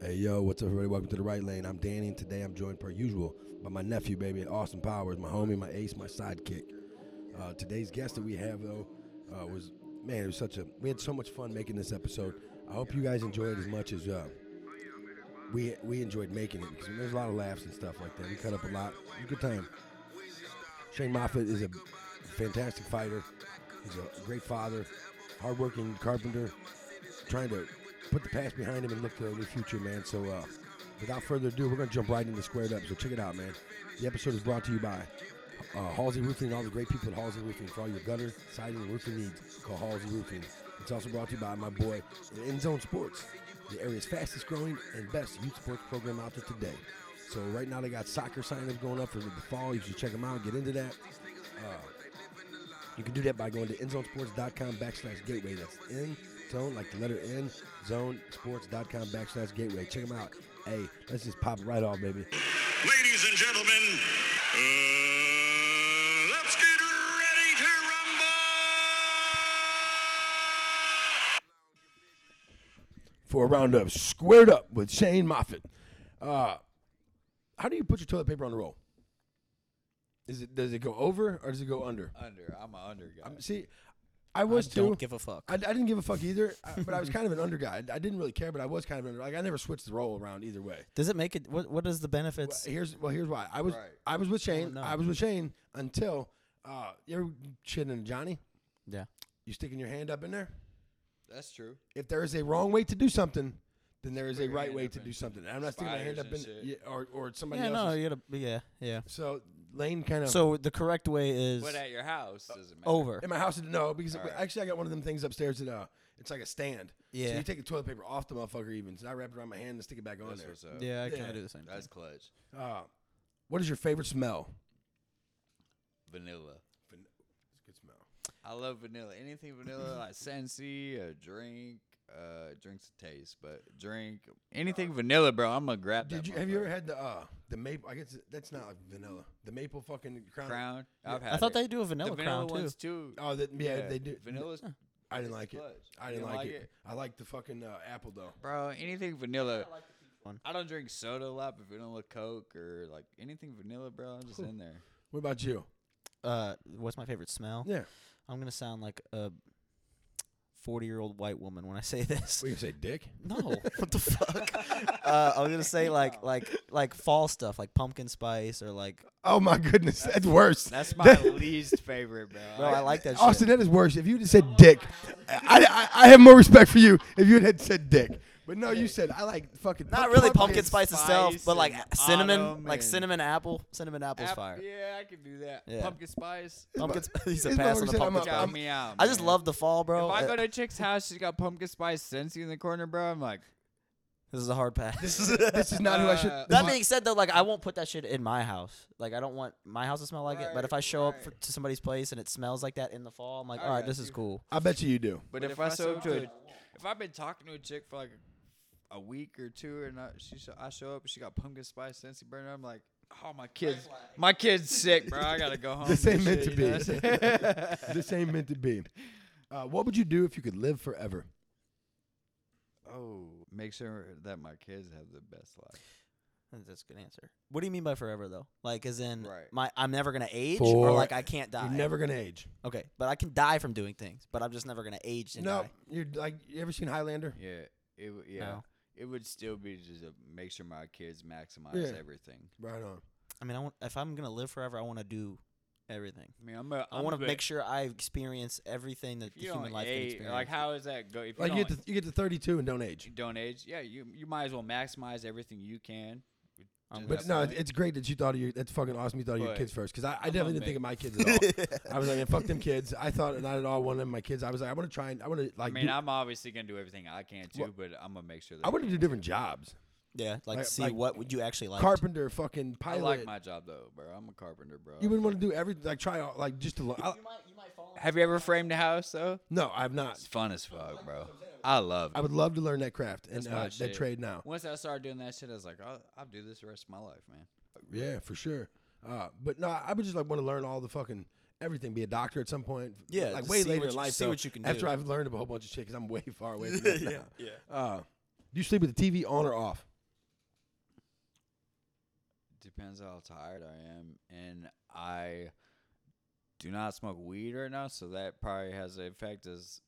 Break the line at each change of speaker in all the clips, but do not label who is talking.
Hey yo, what's up everybody? Welcome to the right lane. I'm Danny and today I'm joined per usual by my nephew, baby, Austin Powers, my homie, my ace, my sidekick. Uh, today's guest that we have though uh, was man, it was such a we had so much fun making this episode. I hope you guys enjoyed as much as uh, we we enjoyed making it because there's a lot of laughs and stuff like that. We cut up a lot. It was a good time. Shane Moffitt is a fantastic fighter. He's a great father, hardworking carpenter, trying to put the past behind him and look to the future, man. So, uh, without further ado, we're going to jump right into Squared Up. So, check it out, man. The episode is brought to you by uh, Halsey Roofing and all the great people at Halsey Roofing for all your gutter, siding, and roofing needs. Call Halsey Roofing. It's also brought to you by my boy, End Zone Sports, the area's fastest growing and best youth sports program out there today. So, right now, they got soccer signups going up for the fall. You should check them out, get into that. You can do that by going to endzonesports.com backslash gateway. That's N zone, like the letter N, zonesports.com backslash gateway. Check them out. Hey, let's just pop it right off, baby.
Ladies and gentlemen, uh, let's get ready to rumble!
For a round of Squared Up with Shane Moffitt. Uh, how do you put your toilet paper on the roll? Is it does it go over or does it go under? Um,
Under. I'm an under guy.
See, I was too.
don't give a fuck.
I, I didn't give a fuck either, I- but I was kind of an under guy. I didn't really care, but I was kind of an under. Like I never switched the roll around either way.
Does it make it? What What is the benefits?
Here's well, here's why. I was
Right.
I was with Shane.
no.
I was with Shane until uh, you ever shitting in Johnny.
yeah.
You sticking your hand up in there.
That's true.
If there is a wrong way to do something, then there is a
your
right
hand
way
up
to
in
do something. And I'm not sticking my hand
spiders
up in
and
yeah, or or somebody
Yeah. No.
else's.
You gotta. Yeah. Yeah.
So Lane kind of
So the correct way is
But at your house doesn't matter.
over.
in my house no because actually I got one of them things upstairs that uh it's like a stand. So
Yeah.
you take the toilet paper off the motherfucker even. So I wrap it around my hand and stick it back on
That's
there.
what's up.
Yeah. I kind
Yeah.
of do the same.
That's clutch.
What is your favorite smell?
Vanilla.
Van- It's a good smell.
I love vanilla. Anything vanilla, like Sensi, a drink. Uh, drinks a taste, but drink anything vanilla, bro. I'm gonna grab that.
Did you have you
motherfucker.
ever had the uh the maple? I guess that's not like vanilla. The maple fucking crown.
crown? I've had.
I thought
it.
they do a
the
vanilla,
vanilla
crown too.
ones too.
Oh, that, yeah, they do.
Vanilla's,
I didn't like it.
Fudge.
I
You
didn't
don't
like,
like
it.
it?
I like the fucking uh, apple though.
bro. Anything vanilla. I,
one.
don't drink soda a lot, but vanilla Coke or like anything vanilla, bro. I'm just in there.
What about you?
Uh, what's my favorite smell?
Yeah,
I'm gonna sound like a forty-year-old white woman when I say this.
we can say dick.
No, what the fuck? Uh, I'm gonna say like like like fall stuff, like pumpkin spice or like.
Oh my goodness, that's, worse.
That's my Oh, least favorite, bro.
Bro, I like that.
Austin,
shit.
that is worse. If you just said dick, I, I I have more respect for you if you had said dick. But no, you said I like fucking.
Not really
pumpkin
pumpkin spice,
spice
itself, but like
and
cinnamon,
autumn
like
and-
cinnamon apple. Cinnamon apple's
App-
fire.
Yeah, I can do that.
Yeah.
Pumpkin spice.
Pumpkin. sp- He's a
His
pass
mother
on the
said I'm
pumpkin
a-
spice.
Chow me out.
I just
man.
love the fall, bro.
If I
Uh,
go to a chick's house, she's got pumpkin spice Sensi in the corner, bro. I'm like,
This is a hard pass.
This is not who I should.
Uh,
that being said, though, like I won't put that shit in my house. Like I don't want my house to smell like it. But if I
Right,
show up
right.
for, to somebody's place and it smells like that in the fall, I'm like,
I
all right,
got
this is
you.
cool.
I bet you you do.
but, if, I show up to, a, if I've been talking to a chick for like a, a week or two, and I, she sho- I show up, and she got pumpkin spice Sensi burner. I'm like, oh my kids, my kids sick, bro. I gotta go home.
This
and
ain't meant to
shit,
be.
you know what I'm saying?
this ain't meant to be. Uh, what would you do if you could live forever?
oh, make sure that my kids have the best life.
That's a good answer. What do you mean by forever though? Like as in
Right.
my I'm never gonna age
For-
or like I can't die.
You're never gonna age.
okay, but I can die from doing things, but I'm just never gonna age and
No,
die.
you're like you ever seen Highlander?
Yeah, it w- yeah.
No.
It would still be just to make sure my kids maximize
Yeah.
everything.
Right on.
I mean, I want if I'm gonna live forever, I want to do everything.
I mean, I'm a,
I
I'm
want
a
to
bit-
make sure I experience everything that the
you
human
don't
life can
age,
experience.
Like, how is that go? If you,
Like
don't,
you get to you get to 32 and don't age.
you don't age, yeah, you you might as well maximize everything you can.
I'm
Um, But no, it- it's great that you thought of your. That's fucking awesome. You thought of your
But
kids first, because I, I
I'm
definitely didn't
not
think of my kids at all. I was like, man, fuck them kids. I thought not at all one of them my kids. I was like, I want to try and I want to
I
like.
mean,
do- I,
I'm obviously gonna do everything I can too,
Well,
but I'm gonna make sure that
want to do different jobs.
yeah, like,
like-
see
like
what would you actually like.
Carpenter, fucking
I
pilot.
like my job though, bro. I'm a carpenter, bro.
you wouldn't want to do everything. Like try all like just to. lo- I,
might, you might fall.
Have you ever framed a house though?
no, I've not.
It's fun as fuck, bro. I love.
I would love to learn that craft and
That's
uh,
my
that
shit.
trade now.
Once I started doing that shit, I was like, I'll, I'll do this the rest of my life, man.
Yeah, for sure. Uh, but no, I would just like want to learn all the fucking everything. Be a doctor at some point.
Yeah,
like
to
way
see
later
what
in
you-
life.
see
though,
what you can
after
do.
I've learned a whole bunch of shit because I'm way far away from that now. Yeah. Uh, do you sleep with the TV on or off?
depends how tired I am, and I do not smoke weed right now, so that probably has an effect. As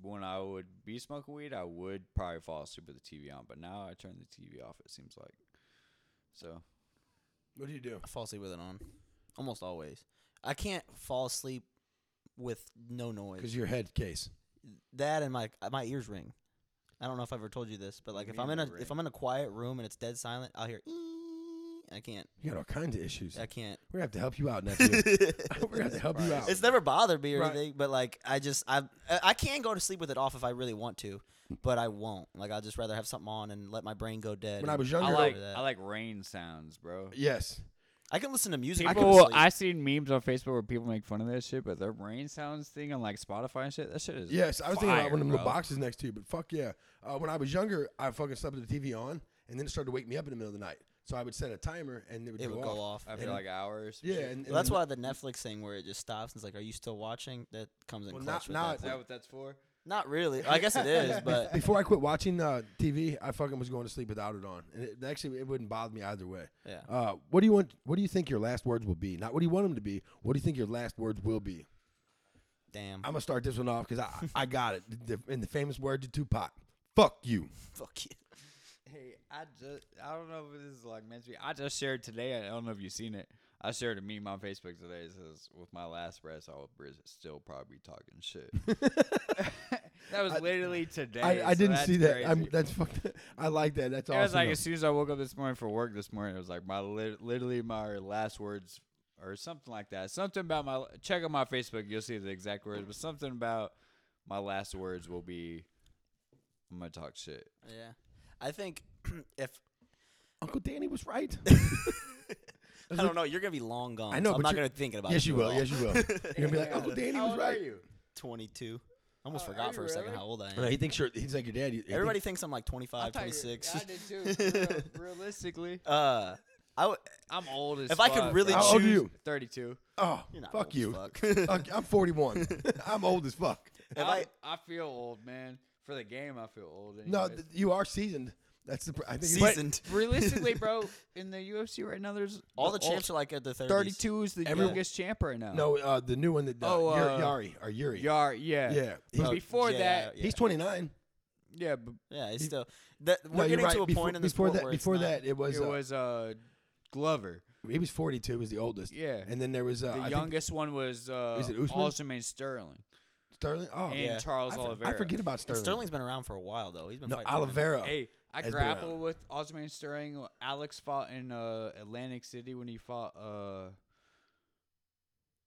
when I would be smoking weed, I would probably fall asleep with the TV on, but now I turn the TV off. It seems like so.
What do you do?
I fall asleep with it on, almost always. I can't fall asleep with no noise.
Because your head case.
That and my my ears ring. I don't know if I've ever told you this, but like if I'm in a if I'm in a quiet room and it's dead silent, I'll hear. I can't.
You got all kinds of issues.
I can't.
We're gonna have to help you out, nephew. We're gonna have to help you out.
It's never bothered me or
Right.
anything, but like I just I I I can go to sleep with it off if I really want to, but I won't. Like I'd just rather have something on and let my brain go dead.
When I
and
was
get
younger,
I
over
like
that.
I like rain sounds, bro.
yes.
I can listen to music. I can
People,
sleep.
I seen memes on Facebook where people make fun of that shit, but their brain sounds thing on like Spotify and shit. That shit is
Yes, I was thinking about
fire,
one of the
bro.
little boxes next to you, but fuck yeah. Uh, when I was younger, I fucking slept with the TV on, and then it started to wake me up in the middle of the night. So I would set a timer, and it would,
it
go,
would
off.
go off.
After like hours.
Yeah, and,
Well, that's
and-
why the Netflix thing where it just stops and it's like, "Are you still watching?" That comes in
Well, not-
clutch. with
not-
Is
that.
that what that's for?
not really. I guess it is, but
Before I quit watching uh, TV, I fucking was going to sleep without it on, and it, actually it wouldn't bother me either way.
Yeah.
Uh, what do you want? What do you think your last words will be? Not what do you want them to be. What do you think your last words will be?
damn,
I'm gonna start this one off because I I got it. The, in the famous words of Tupac, "Fuck you."
fuck you.
Hey, I just I don't know if this is like meant to be. I just shared today. I don't know if you've seen it. I shared a meme on Facebook today. It says, "With my last breath, I will br- still probably be talking shit." that was literally today.
I, I
so
didn't
that's
see that. I'm,
crazy.
that's fucked. I like that. That's
it
awesome.
was like
though.
as soon as I woke up this morning for work this morning, it was like my lit literally my last words or something like that. Something about my check on my Facebook, you'll see the exact words, but something about my last words will be, "I'm gonna talk shit."
Yeah, I think if
Uncle Danny was right.
I don't know, you're gonna be long gone.
I know,
so
but
I'm not
you're-
gonna be thinking about.
yes,
it
you
at
will.
all.
Yes, you will. You're gonna be like, Uncle Danny was right.
you?
22. I almost
Oh, are
forgot
you
for a second
really?
how old I
Right,
am.
He thinks you're. He's like your dad. He- he
Everybody
thinks-
thinks I'm like 25, 26.
realistically,
uh, I would.
I'm old as
If I could
fuck,
really
bro.
How old are
choose-
you?
32.
Oh,
You're not old
fuck
as
you.
fuck.
Fuck, I'm 41. I'm old as fuck.
If
I,
I-
I feel old, man. For the game, I feel old.
No,
anyways.
th- you are seasoned. That's the. Pr- I think it's-
seasoned.
realistically, bro, in the UFC right now, there's
All the
old-
champs are like at the 30s.
32 is the
Everyone-
youngest champ right now.
No, uh, the new one that. Uh,
Oh,
Yuri-
uh,
Yari or Yuri.
Yar, yeah,
Yeah,
But
he's-
before
Oh, yeah,
that,
yeah.
He's 29.
yeah, but
Yeah, he's still. That,
no,
we're
you're
getting
right.
to a
before,
point in this
before
sport
that.
where it's
before
not-
that, it was.
it
uh,
was uh, Glover.
he was 42. Was the oldest.
Yeah.
And then there was uh,
The
I think
youngest one was uh,
Is it Usman?
Aljamain Sterling
Sterling. Oh,
and
yeah.
Charles
I, for-
Oliveira.
I forget about
and
Sterling.
Sterling's been around for a while though. He's been
No,
fighting women.
Oliveira.
Hey, I
has been
grappled
around.
with Aljamain Sterling. Alex fought in uh, Atlantic City when he fought. Uh,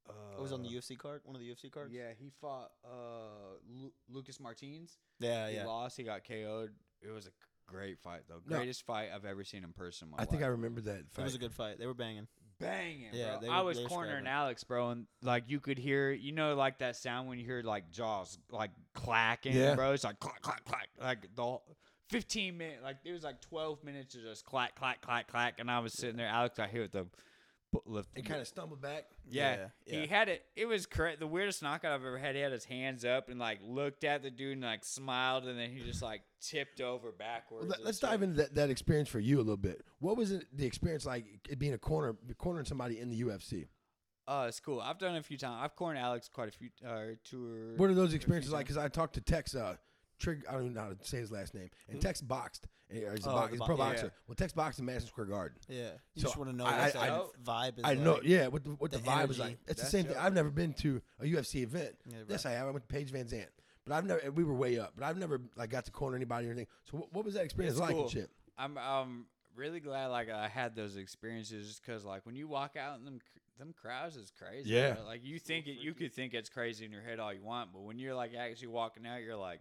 uh,
It was on the UFC card, one of the UFC cards.
Yeah, he fought uh, Lu- Lucas Martins.
yeah,
He
yeah.
lost. He got KO'd. It was a great fight, though.
No.
Greatest fight I've ever seen in person. in my
I think I
life.
remember that. Fight.
It was a good fight. They were banging.
banging,
Yeah,
bro.
they
I
were-
was
they were
cornering
scrapping.
Alex, bro, and like you could hear, you know, like that sound when you hear like jaws like clacking,
Yeah.
bro. It's like clack, clack, clack, like the whole- fifteen minute, like it was like twelve minutes of just clack, clack, clack, clack, and I was sitting there, Alex, I hear the bu- lift.
It kind of stumbled back.
Yeah,
yeah,
he
yeah.
had it. It was correct. The weirdest knockout I've ever had. He had his hands up and like looked at the dude and like smiled, and then he just like tipped over backwards.
Let,
and
us
shit.
dive into that, that experience for you a little bit. What was it, the experience like it being a corner, cornering somebody in the UFC?
Oh, it's cool. I've done it a few times. I've cornered Alex quite a few uh, tour.
What are those experiences like? Because I talked to Tex, uh, Trig, I don't even know how to say his last name, and Tex boxed. and- or He's a,
Hmm? Oh,
box,
the
he's a
bo-
pro
yeah.
boxer. Well, Tex boxed in Madison Square Garden.
Yeah. You
So
just want to know
I-
what
I-
that
I-
vibe is.
I know,
like.
yeah, what the, what the,
the
vibe was like.
energy.
It's the
That's
same thing.
dope.
I've never been to a UFC event.
Yeah,
Yes, I have. I went to Paige Van Zant. But I've never, we were way up, but I've never like got to corner anybody or anything. So what, what was that experience like
cool.
and shit?
I'm um really glad like I had those experiences just because like when you walk out in them cr- them crowds is crazy.
Yeah.
bro. Like you think it, you could think it's crazy in your head all you want, but when you're like actually walking out, you're like,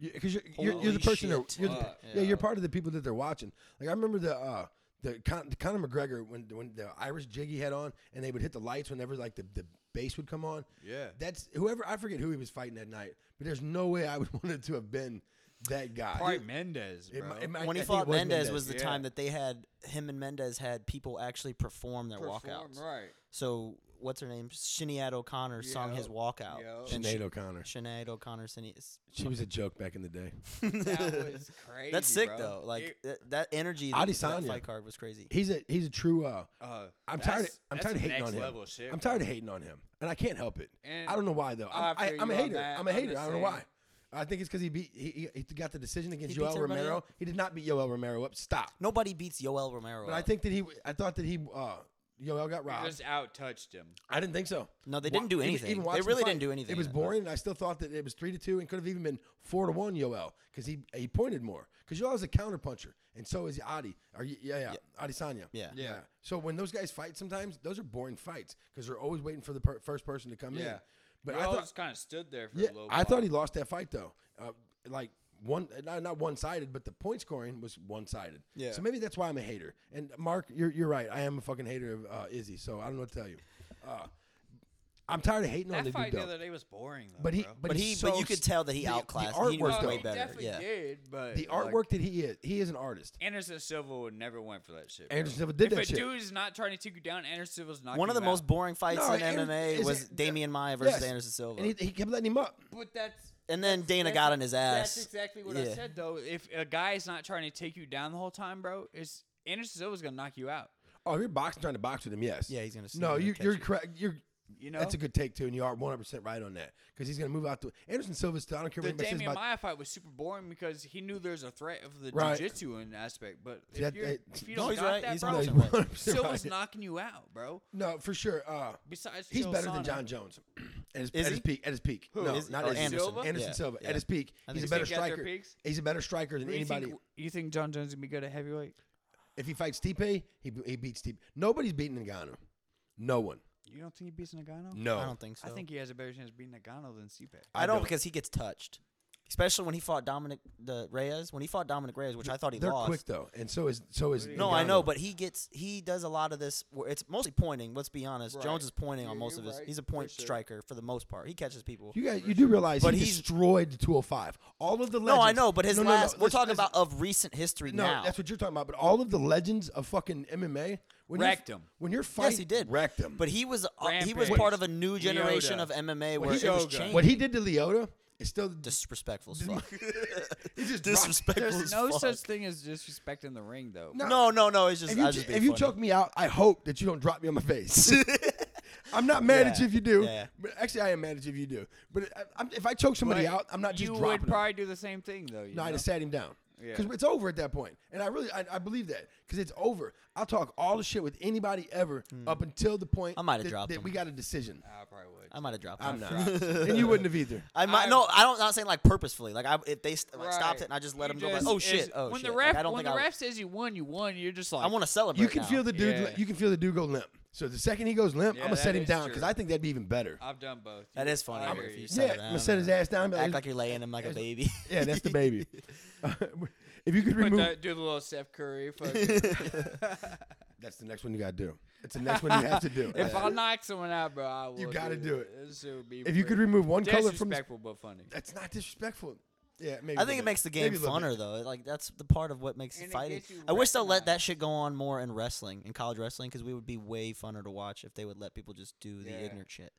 because you're, you're, you're
Holy
the person
shit.
that you're the,
Fuck,
yeah. you're part of the people that they're watching. Like I remember the uh, the, Con- the Conor McGregor when when the Irish jig he had on, and they would hit the lights whenever like the the bass would come on.
Yeah.
that's whoever I forget who he was fighting that night, but there's no way I would wanted to have been that guy.
probably Mendez,
It
bro.
mi- it might-
when
I
he
think it
fought Mendez
Mendes.
was the
yeah.
time that they had him and Mendez had people actually perform their
Perform,
walkouts.
right.
So what's her name? Sinead O'Connor sung his
Yo.
walkout.
Yo.
And she-
Sinead O'Connor.
Sinead O'Connor. Sinead.
She was a joke back in the day.
That was crazy.
That's sick
bro.
though. Like
It-
th- that energy. That,
Adesanya.
that fight card was crazy.
He's a he's a true. Uh,
uh,
I'm tired.
that's-
I'm
that's
tired of hating
next
on him.
level shit,
I'm tired of hating on him, and I can't help it.
And
I don't know why though. I'm,
I
I,
feel
I'm a
you on
hater.
that.
I'm a
I'm
hater.
the
I don't know
same.
why. I think it's because he beat he, he, he got the decision against
He beats
Joel
everybody
Romero.
up.
He did not beat Joel Romero up. Stop.
Nobody beats Yoel Romero.
But I
up.
think that he. I thought that he. Uh, Yoel got
He
robbed.
just out touched him.
I didn't think so.
No, they
Wa-
didn't do
even-
anything.
even
They
watching the
really
fight,
didn't do anything.
It was boring, and I still thought that it was three to two, and could have even been four to one. Yoel, because he he pointed more. Because Yoel is a counter puncher, and so is Adi. Or y- yeah, yeah, Adi Sanya.
Yeah.
yeah. So when those guys fight, sometimes those are boring fights because they're always waiting for the per- first person to come in.
Yeah.
But
Yo
I thought
just kind of stood there for
yeah,
a little.
I thought he lost that fight though. Uh, like one, not, not one sided, but the point scoring was one sided.
Yeah.
So maybe that's why I'm a hater. And Mark, you're you're right. I am a fucking hater of uh, Izzy. So I don't know what to tell you. Uh, I'm tired of hating on
That
the
fight
dude
the
though.
other day was boring though.
but he,
bro.
but,
But
he's
he,
so
but you
s-
could tell that he
the-
outclassed.
The
he
artwork
was
no,
though,
way
he
better.
definitely
Yeah.
did. But
the
like,
artwork that he is, he is an artist.
Anderson Silva would never went for that shit. Bro.
Anderson Silva did
if
that
a
shit.
dude is not trying to take you down, Anderson Silva's not.
One of the most boring fights
No,
in
Aaron-
MMA
is
was
it-
Damian Maya versus
Yes.
Anderson Silva.
And he, he kept letting him up.
But that's.
And then
that's-
Dana
that's-
got on his ass.
That's exactly what I
Yeah.
said though. If a guy's not trying to take you down the whole time, bro, is Anderson Silva's gonna knock you out.
Oh, if you're boxing trying to box with him, yes.
Yeah, he's gonna sneak
No,
in and
you,
catch
you're
you.
correct. You're
You know,
That's a good take too, and you are 100 percent right on that because he's going to move out to Anderson Silva's. I don't care what
the
anybody says
Damian
about
Maya fight was super boring because he knew there's a threat of the
Right.
jiu-jitsu in aspect. But if,
That-
you're,
that-
if you
No,
don't
he's
got
right.
that,
He's
bro,
100% right.
Silva's
right.
knocking you out, bro.
No, for sure. Uh,
Besides,
he's
Chael
better than
Sonnen.
John Jones. At his,
Is
at his
he?
peak, at his peak.
Who?
No,
Is-
not
oh,
at his
Anderson.
peak. Anderson
Yeah,
Silva
yeah.
at his peak.
I
He's a
think
better
he's got their
striker.
peaks.
He's a better striker than
You
anybody.
think, you think John Jones is gonna be good at heavyweight?
if he fights Stipe, he he beats Stipe. Nobody's beating Ngannou. No one.
You don't think he beats Nagano?
No.
I don't think so.
I think he has a better chance of beating Nagano than Stipe.
I don't because he gets touched, especially when he fought Dominic the Reyes. When he fought Dominic Reyes, which I thought he
They're
lost.
quick though, and so is so is.
No, I know,
Ngannou.
but he gets he does a lot of this. Where it's mostly pointing. Let's be honest.
Right.
Jones is pointing on
You're-
most
you're
of his.
right,
He's a
for
point
sure.
striker for the most part. He catches people.
You guys, you do realize
But
he
he's-
destroyed the 205. All of the legends.
no, I know, but his
No, no, no,
last. we're
listen,
talking
listen.
about of recent history
No,
now.
that's what you're talking about. But all of the legends of fucking MMA when you're-
Wrecked 'em.
When you're fighting,
yes, he did.
wrecked him.
But he was uh, he was
Rampage.
part of a new generation
Leota.
of MMA
What
where
he-
it was
Shogun.
changed.
what he did to Leota is still
disrespectful as fuck.
he's just
disrespectful
There's
as
no
fuck.
such thing as disrespect in the ring, though.
No.
No, no, no. It's just
If you,
I was just
ch-
being
if you
funny.
choke me out, I hope that you don't drop me on my face. I'm not mad at
Yeah,
you if you do.
yeah.
But actually, I am mad at you if you do. But I, I'm, if I choke somebody
But
out, I'm not just
You
dropping.
would
them.
probably do the same thing, though. You
No, I
know?
just sat him down
Yeah.
because it's over at that point, and I really I, I believe that because it's over. I'll talk all the shit with anybody ever up until the point
Hmm. I might have
that-
dropped
that
him.
we got a decision,
I probably would.
I might have dropped.
I'm
that.
not. and you wouldn't have either.
I might
I-
no. I don't. Not saying like purposefully. Like I, if they st- like, stopped
Right.
it and I just let
You
him go. Like,
just-
oh
is-
shit! Oh
when
shit!
The ref,
like, I don't
when
think
the
I,
ref says you won, you won. You're just like
I want to celebrate.
You can
now.
feel the dude.
Yeah.
You can feel the dude go limp. So the second he goes limp,
Yeah,
I'm gonna set
that
him
is
down because
true.
I think that'd be even better.
I've done both.
That
You-
is funny,
I
though,
hear
if you
you.
say-
yeah,
settle
I'm
down
gonna set
and
his ass down. and be
act like you're laying him like a baby.
yeah, that's the baby. if you could
Put
remove,
that- do the little Steph Curry. fucking-
that's the next one you gotta do. It's the next one you have to do.
if I knock someone out, bro, I will.
You gotta
do
do
it.
it.
This shit would be
if you
pretty
could remove one color from, this-
disrespectful but funny.
that's not disrespectful. Yeah, maybe. a
I
little
think it
bit.
makes the game
Maybe a little bit.
funner though. Like that's the part of what makes
And
it
it
fighting.
gets you
I wish they'll let that
recognized.
shit go on more in wrestling, in college wrestling, because we would be way funner to watch if they would let people just do the
Yeah.
ignorant shit.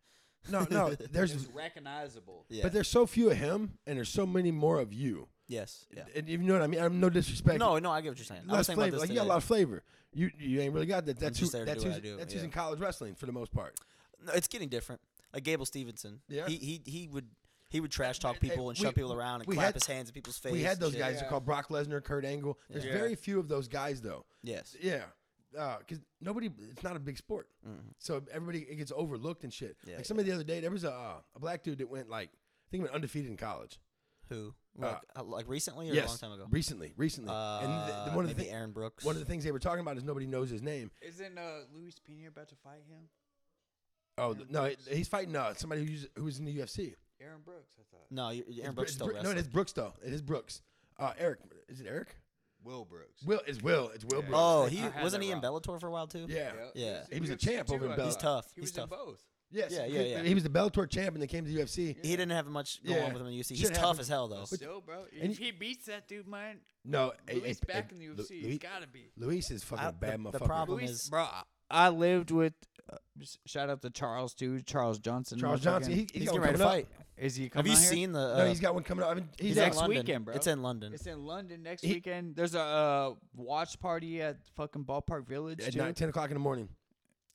No, no. There's,
It's recognizable.
Yeah.
but there's so few of him, and there's so many more of you.
yes. Yeah.
And you know what I mean? I'm no disrespect.
No, no. I get what you're saying. I was
less
thinking
flavor.
about
Like
this
you got a
today.
lot of flavor. You you ain't really got that. That's who.
just there to
That's
do what
who's,
I do,
that's who's
yeah.
in college wrestling for the most part.
No, it's getting different. Like Gable Stevenson.
Yeah.
He he he would he would trash talk
Hey,
people and
we-
shove people around and
we
clap
had-
his hands in people's face.
We had
and
those
shit.
guys. They're
Yeah.
called Brock Lesnar, Kurt Angle. There's
Yeah.
very few of those guys though.
Yes.
Yeah. Because nobody, it's not a big sport, so everybody it gets overlooked and shit.
Mm-hmm. Yeah,
like somebody the other day, there was a uh, a black dude that went like I think he went undefeated in college.
Who? Like, uh, like recently or
yes,
a long time ago?
recently, recently. and th-
Uh,
th- one of the
maybe
thi-
Aaron Brooks.
one of the things they were talking about is nobody knows his name.
Isn't uh, Luis Pena about to fight him?
Oh th- no, it- he's fighting uh, somebody who's who's in the UFC.
Aaron Brooks, I thought.
no, you- Aaron
It's
Brooks
Br-
still
it's Br- no,
wrestling.
it is Brooks though. It is Brooks. Uh, Eric, is it Eric?
Will Brooks.
Will it's Will. It's Will
Yeah.
Brooks.
oh,
I
he
had that
wasn't he in
wrong.
Bellator for a while too?
yeah.
Yeah.
He was a champ over in
Bella.
He's
tough.
He
He's
was in
tough.
both.
Yes.
Yeah,
he-
yeah, yeah.
He was the Bellator champ, and then came to the UFC.
He didn't have much going
Yeah.
on with him in the UC.
Shit
He's tough
happens.
as hell though.
Still, bro.
and-
If he beats that dude, man,
No, hey,
Luis
hey,
back
hey,
in the
Lu-
UFC.
Luis-
He's gotta be.
Luis is fucking
I-
a bad
the-
motherfucker.
the problem
Luis,
is-
bro, I- I lived with uh, Just shout out to Charles too, Charles Johnson.
Charles
motherfucking-
Johnson, he- he's
He's
got
getting
one
ready to
coming
fight.
up.
is he
Have
coming?
you
out here?
seen the? Uh,
No, he's got one coming up. I mean, he's,
he's
at
in
next
London.
weekend, bro.
It's in London.
It's in London next
He-
weekend. There's a uh, watch party at fucking Ballpark Village.
at
too.
nine, 10 o'clock in the morning.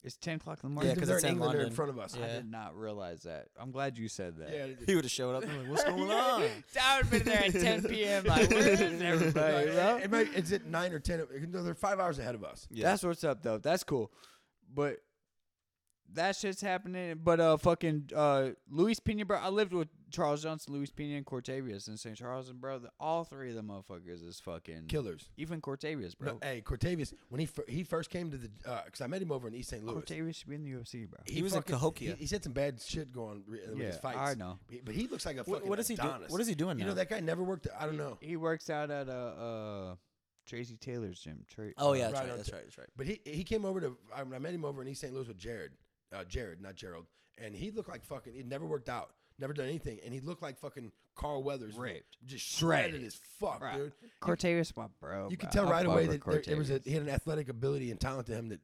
It's ten o'clock in the
Yeah,
morning.
Because
'cause
they're
it's
in
in
England. They're in
London.
front of us.
I
Yeah.
did not realize that. I'm glad you said that.
Yeah.
he would have showed up. and been Like, What's going on?
I would have been there at 10 p.m. Like, where is everybody, bro?
It might, it's at nine or ten. No, they're five hours ahead of us.
Yeah.
That's what's up, though. That's cool. But that shit's happening. But uh, fucking uh, Luis Pena, bro. I lived with Charles Johnson, Luis Pena, and Cortavious in St. Charles, and bro, the, all three of them motherfuckers is fucking
Killers.
Even Cortavious, bro.
No, hey, Cortavious, when he fir- he first came to the, because I met him over in East St. Louis.
Cortavious should be in the UFC, bro.
He was in
fucking-
Cahokia.
He, he's had some bad shit going re- with his
Yeah,
fights.
I know.
He- But he looks like a
What-
fucking
what is he do-
Adonis.
what is he doing
You know,
now?
that guy never worked. I don't know.
He works out at uh, uh Tracy Taylor's gym. Tra-
Oh
uh,
yeah, that's
Right
right.
on
That's
t-
right. That's right.
But he he came over to I, I met him over in East St. Louis with Jared, uh, Jared, not Gerald, and he looked like fucking. He never worked out, never done anything, and he looked like fucking Carl Weathers,
Raped.
just shredded
Shredded.
as fuck,
Right.
dude.
Cortavious, my
Oh,
bro.
You could
bro.
tell
I
right
fuck
away
with
that there, it was a,
Cortavious.
he had an athletic ability and talent to him that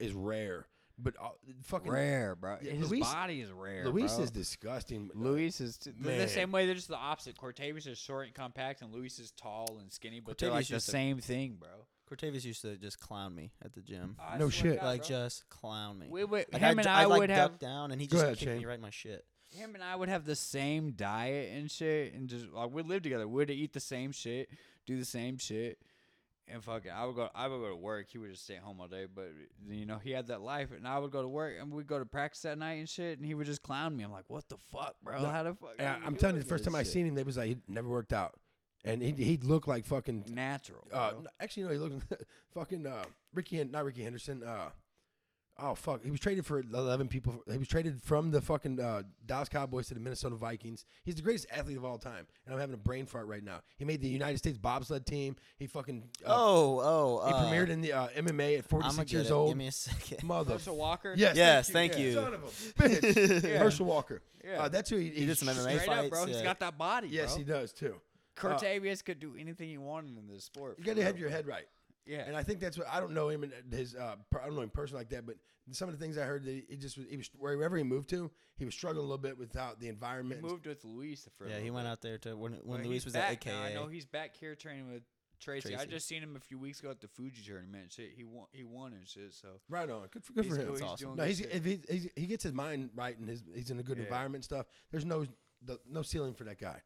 is rare, but uh, fucking
rare, bro.
Yeah,
His
Luis-
body is rare.
Luis
bro.
is disgusting.
Luis is t- they're
Man.
the same way. They're just the opposite. Cortavious is short and compact, and Luis is tall and skinny. But they're
Cortavious
like the
used to-
same thing, bro.
Cortavious used to just clown me at the gym.
I
No
swear to
shit.
Oh, God,
like
bro.
just clown me.
we would,
Like,
him
I'd-
and
I'd,
I
like,
would have
duck down, and he
Go
just
ahead,
kicked
Shane.
me right in my shit.
him and I would have the same diet and shit, and just like we'd live together. We'd eat the same shit, do the same shit, and fucking I would go. I would go to work. He would just stay at home all day. But you know he had that life, and I would go to work, and we'd go to practice that night and shit, and he would just clown me. I'm like, what the fuck, bro? How the fuck?
And
are
I, I'm telling you, the
doing
first
this
time I
shit?"
seen him, they was like he never worked out, and he he looked like fucking
natural.
Uh,
bro.
no, actually, no, he looked fucking uh, Ricky, Hen- not Ricky Henderson. Uh, oh fuck, he was traded for eleven people. He was traded from the fucking uh, Dallas Cowboys to the Minnesota Vikings. He's the greatest athlete of all time, and I'm having a brain fart right now. He made the United States bobsled team. He fucking uh,
oh, oh.
he
uh,
premiered in the uh, MMA at
I'ma
46
get
years
it.
old.
Give me a second.
Mother.
Herschel Walker.
Yes,
Yes, thank you.
Son of a bitch. Herschel Walker.
Yeah.
Uh, that's who he, he
did some MMA
Straight up,
fights,
bro. He's
yeah.
got that body.
Yes,
bro.
he does too. Uh,
Cortavious could do anything he wanted in this sport.
you got to have your head right.
Yeah.
And I think that's what I don't know him and his uh, per- I don't know him personally like that, but some of the things I heard that he just was, he was wherever he moved to, he was struggling a little bit without the environment. and-
moved with Luis for. a
Yeah,
little
he went
bit.
out there to when
But
when Luis
he's
was at
back
AKA.
now. I know he's back here training with Tracy. I
Tracy.
just seen him a few weeks ago at the Fuji tournament. and Shit, he won. He won and shit. So
right on, good for, good
he's
for him.
cool,
That's
he's
awesome.
doing
No,
good
he's,
shit.
if he, he's he gets his mind right and his, he's in a good
Yeah.
environment and stuff. There's no the, no ceiling for that guy.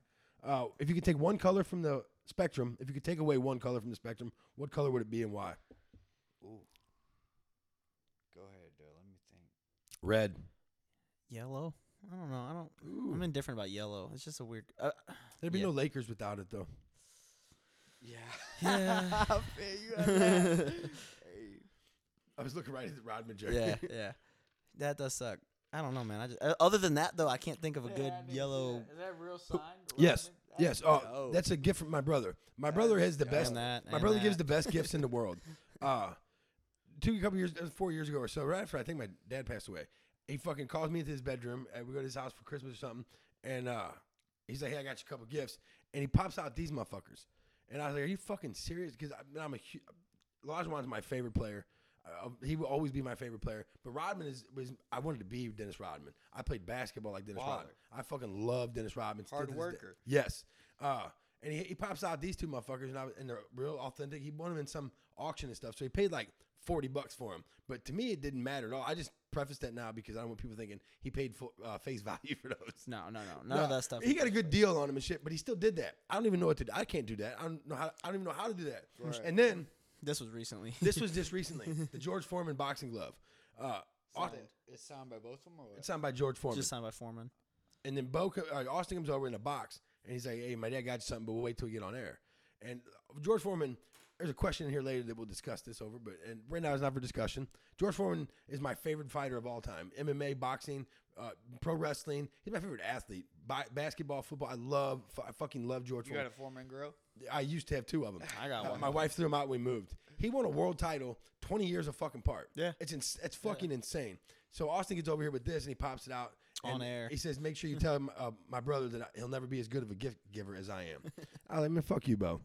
Uh, if you could take one color from the spectrum, if you could take away one color from the spectrum, what color would it be and why?
Go ahead, dude. Let me think.
Red.
yellow. I don't know. I don't. I'm indifferent about yellow. It's just a weird. Uh,
There'd be
Yeah.
no Lakers without it though.
Yeah.
yeah,
I feel you on that. Hey.
I was looking right at the Rodman jersey.
yeah, yeah. That does suck. I don't know, man. I just, uh, other than that though, I can't think of a
Yeah,
good
I didn't see
yellow.
that. Is that a real sign?
Yes.
Rodman? That's
Yes. Oh,
dope.
that's a gift from my brother. My brother has the
dope.
best.
And that,
my
and
brother gives
that.
the best gifts in the world. Uh, two couple years, uh, four years ago or so, right after I think my dad passed away, he fucking calls me into his bedroom. And we go to his house for Christmas or something, and uh, he's like, "Hey, I got you a couple gifts," and he pops out these motherfuckers, and I was like, "Are you fucking serious?" Because I'm a hu- Lajuan's my favorite player. Uh, he will always be my favorite player. But Rodman is was I wanted to be Dennis Rodman. I played basketball like Dennis
Baller.
Rodman. I fucking love Dennis Rodman. to
Hard
this day.
worker.
Yes. Uh, and he, he pops out these two motherfuckers, and, I, was- and they're real authentic. He won them in some auction and stuff, so he paid like forty bucks for them. But to me, it didn't matter at all. I just prefaced that now because I don't want people thinking he paid full, uh, face value for those.
No, no, no. None of
No,
that stuff.
He got a good deal on him and shit, but he still did that. I don't even know what to. do. I can't do that. I don't know how. I don't even know how to do that. And then
This was recently.
this was just recently the George Foreman boxing glove. Uh, Aust-
Signed. It's signed by both of them. Or what?
it's signed by George Foreman.
just signed by Foreman.
And then Bo, co- uh, Austin comes over in a box, and he's like, "Hey, my dad got you something, but we'll wait till we get on air." And uh, George Foreman, there's a question in here later that we'll discuss this over, but and right now it's not for discussion. George Foreman is my favorite fighter of all time: MMA, boxing, uh, pro wrestling. He's my favorite athlete. Bi- basketball, football. I love, fu- I fucking love George
you got
Foreman.
a Foreman grill?
I used to have two of them.
I got
Uh,
one.
My wife threw them out. when We moved. He won a world title 20 years of fucking part.
Yeah.
it's ins- it's fucking insane. So Austin gets over here with this and he pops it out
On
and
air.
He says, "Make sure you tell him, uh, my brother that I, he'll never be as good of a gift giver as I am." I was like, "Man, fuck you, Bo."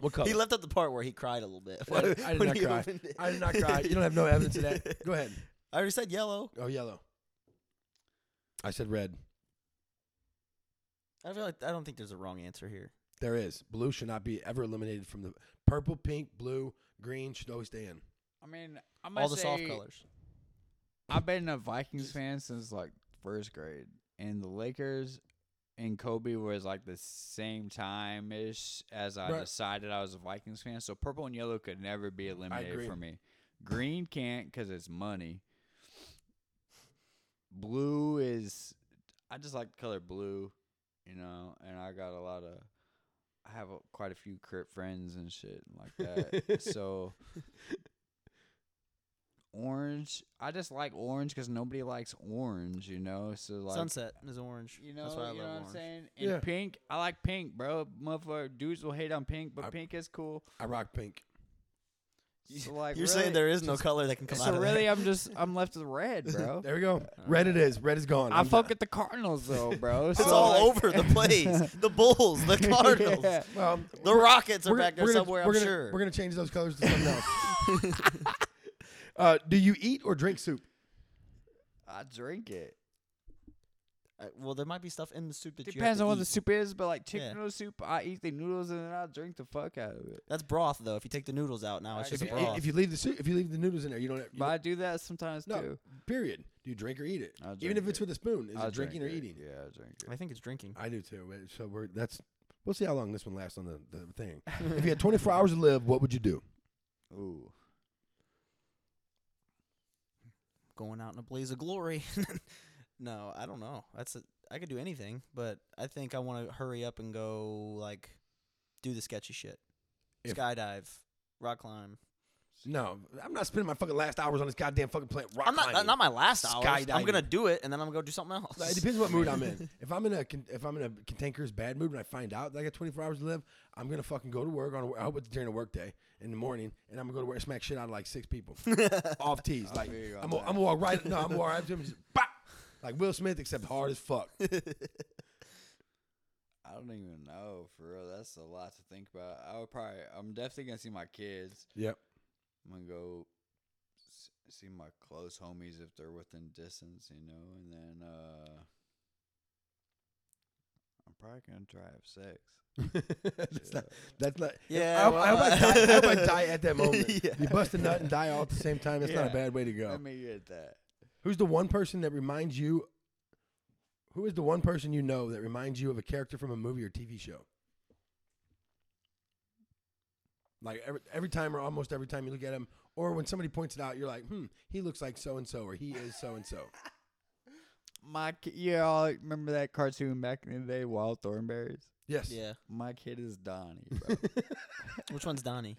What color?
He left out the part where he cried a little bit.
I, did- I did
when
not
he
cry.
opened it.
I did not cry. You don't have no evidence of that. Go ahead.
I already said yellow.
Oh, yellow. I said red.
I feel like I don't think there's a wrong answer here.
There is. Blue should not be ever eliminated from the purple, pink, blue, green should always stay in.
I mean, I'm
All the soft colors.
I've been a Vikings fan since like first grade, and the Lakers and Kobe was like the same time ish as I
Right.
decided I was a Vikings fan. So purple and yellow could never be eliminated
agree.
for me. Green can't because it's money. Blue is I just like the color blue, you know, and I got a lot of I have a, quite a few crit friends and shit like that. so orange, I just like orange because nobody likes orange, you know. So like
Sunset is orange.
you know,
That's why I
you know
love
what
orange.
I'm saying. And
Yeah.
pink, I like pink, bro. Motherfucker, dudes will hate on pink, but
I-
pink is cool.
I rock pink.
So like,
You're saying there is no
just-
color that can come out
So
of
really,
that.
I'm just I'm left with red, bro.
There we go. Uh, Red it is. Red is gone.
I
I'm
fuck with the Cardinals though, bro.
It's
so,
all
like-
over the place. The Bulls, the Cardinals,
Yeah.
done. Well,
the Rockets are
we're,
back there
we're gonna,
somewhere.
we're
I'm
gonna,
sure.
We're going to change those colors to something else. uh, do you eat or drink soup?
I drink it.
Uh, well, there might be stuff in the soup that you have
Depends
to
on what the
eat.
soup is, but like chicken
Yeah.
noodle soup, I eat the noodles and then I drink the fuck out of it.
That's broth, though. If you take the noodles out now, it's
I
just
agree.
broth.
If you leave the soup, if you leave the noodles in there, you don't. Have, you
But I do that sometimes
no.
too.
Period. Do you drink or eat it?
I
Even
drink
if it's
it.
with a spoon, is
I
it drinking or
drink it.
eating?
Yeah, I drink it.
I think it's drinking.
I do too. but- So we're that's. We'll see how long this one lasts on the, the thing. if you had 24 hours to live, what would you do?
Ooh.
Going out in a blaze of glory. no, I don't know. That's a, I could do anything, but I think I want to hurry up and go like do the sketchy shit,
If-
skydive, rock climb.
No, I'm not spending my fucking last hours on this goddamn fucking planet. Rock
I'm not
climbing.
not my last hour. I'm gonna
Skydiving.
do it, and then I'm gonna go do something else.
It depends what mood I'm in. If I'm in a con- if I'm in a cantankerous bad mood and I find out that I got 24 hours to live, I'm gonna fucking go to work on. A, I hope it's during a work day in the morning, and I'm gonna go to work and smack shit out of like six people off tees.
Oh,
Like
feel you on
I'm gonna- I'm gonna walk right. No, I'm gonna walk right up to him and just bop, like Will Smith, except hard as fuck.
I don't even know for real. That's a lot to think about. I would probably. I'm definitely gonna see my kids.
yep.
I'm gonna go s- see my close homies if they're within distance, you know. And then uh I'm probably gonna try to have sex.
that's not. That's not.
Yeah,
I hope, I, hope I
well,
die, I hope I die at that moment.
Yeah.
You bust a nut and die all at the same time. That's not
Yeah.
a bad way to go.
Let me get that.
Who's the one person that reminds you? Who is the one person you know that reminds you of a character from a movie or TV show? Like every, every time or almost every time you look at him, or when somebody points it out, you're like, hmm, he looks like so and so, or he is so and so.
My ki- yeah, I remember that cartoon back in the day, Wild Thornberries.
Yes.
yeah.
My kid is Donnie, bro.
Which one's Donnie?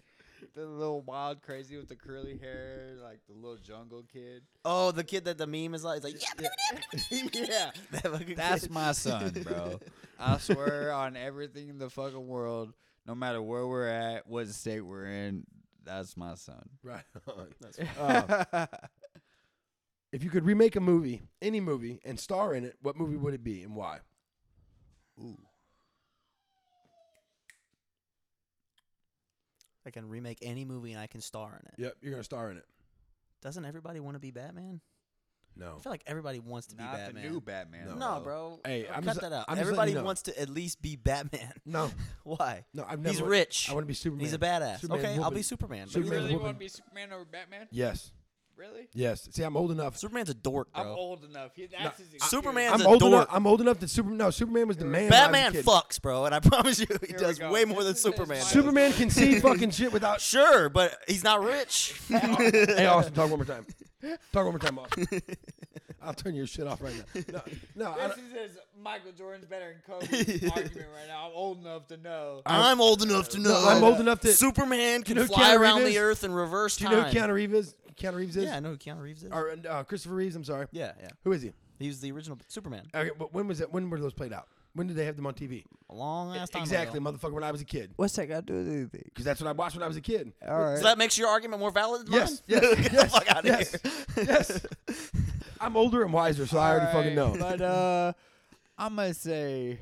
the little wild crazy with the curly hair, like the little jungle kid.
Oh, the kid that the meme is like, it's like yeah, yeah. That fucking
That's
kid.
my son, bro. I swear on everything in the fucking world, no matter where we're at, what state we're in, that's my son.
Right. on. Uh, if you could remake a movie, any movie, and star in it, what movie would it be and why?
I can remake any movie and I can star in it.
Yep, you're gonna star in it.
Doesn't everybody want to be Batman?
No.
I feel like everybody wants to be
Not
Batman.
the new Batman.
No.
no, bro.
Hey,
Uh,
I'm
cut
just-
that out.
I'm just letting
everybody
you know.
wants to at least be Batman.
No.
Why?
No, I've never.
He's rich.
I want to be Superman.
He's a badass.
Superman
okay, I'll
woman.
be Superman. but
Superman's
really-
woman.
be Superman over Batman?
Yes.
Really?
Yes. See, I'm old enough.
Superman's a dork, bro.
old enough. He, that's his excuse.
Superman- Man's
I'm
a
old enough.
dork.
I'm old enough that Superman. No, Superman was the man. when I was a
Batman
kid.
fucks, bro, and I promise you, he
Here we
does
go.
way more than
This is- this is
Superman.
why-
does.
Superman can see fucking shit without.
Sure, but he's not rich.
hey, Austin, talk one more time. Talk one more time, Austin. I'll turn your shit off right now. No, no. I
This
don't-
is his Michael Jordan's better than Kobe argument right now. I'm old enough to know.
I'm old enough to know.
I'm old enough to-
Superman can
know who
fly
Keanu
around
Reeves
the
is?
Earth in reverse
Do you
time.
know who Keanu Reeves is? Keanu Reeves is.
Yeah, I know who Keanu Reeves is.
Or uh, Christopher Reeves. I'm sorry.
Yeah, yeah.
Who is he?
He was the original Superman.
Okay, but when was that? When were those played out? When did they have them on TV?
A long ass time
exactly,
ago.
motherfucker. When I was a kid,
What's that got to do with anything?
because that's what I watched when I was a kid.
All right.
So that makes your argument more valid than
Yes,
mine?
yes,
Get the
yes,
fuck out
yes,
of here.
yes. I'm older and wiser, so I already fucking know.
Alright, But uh, I'm gonna say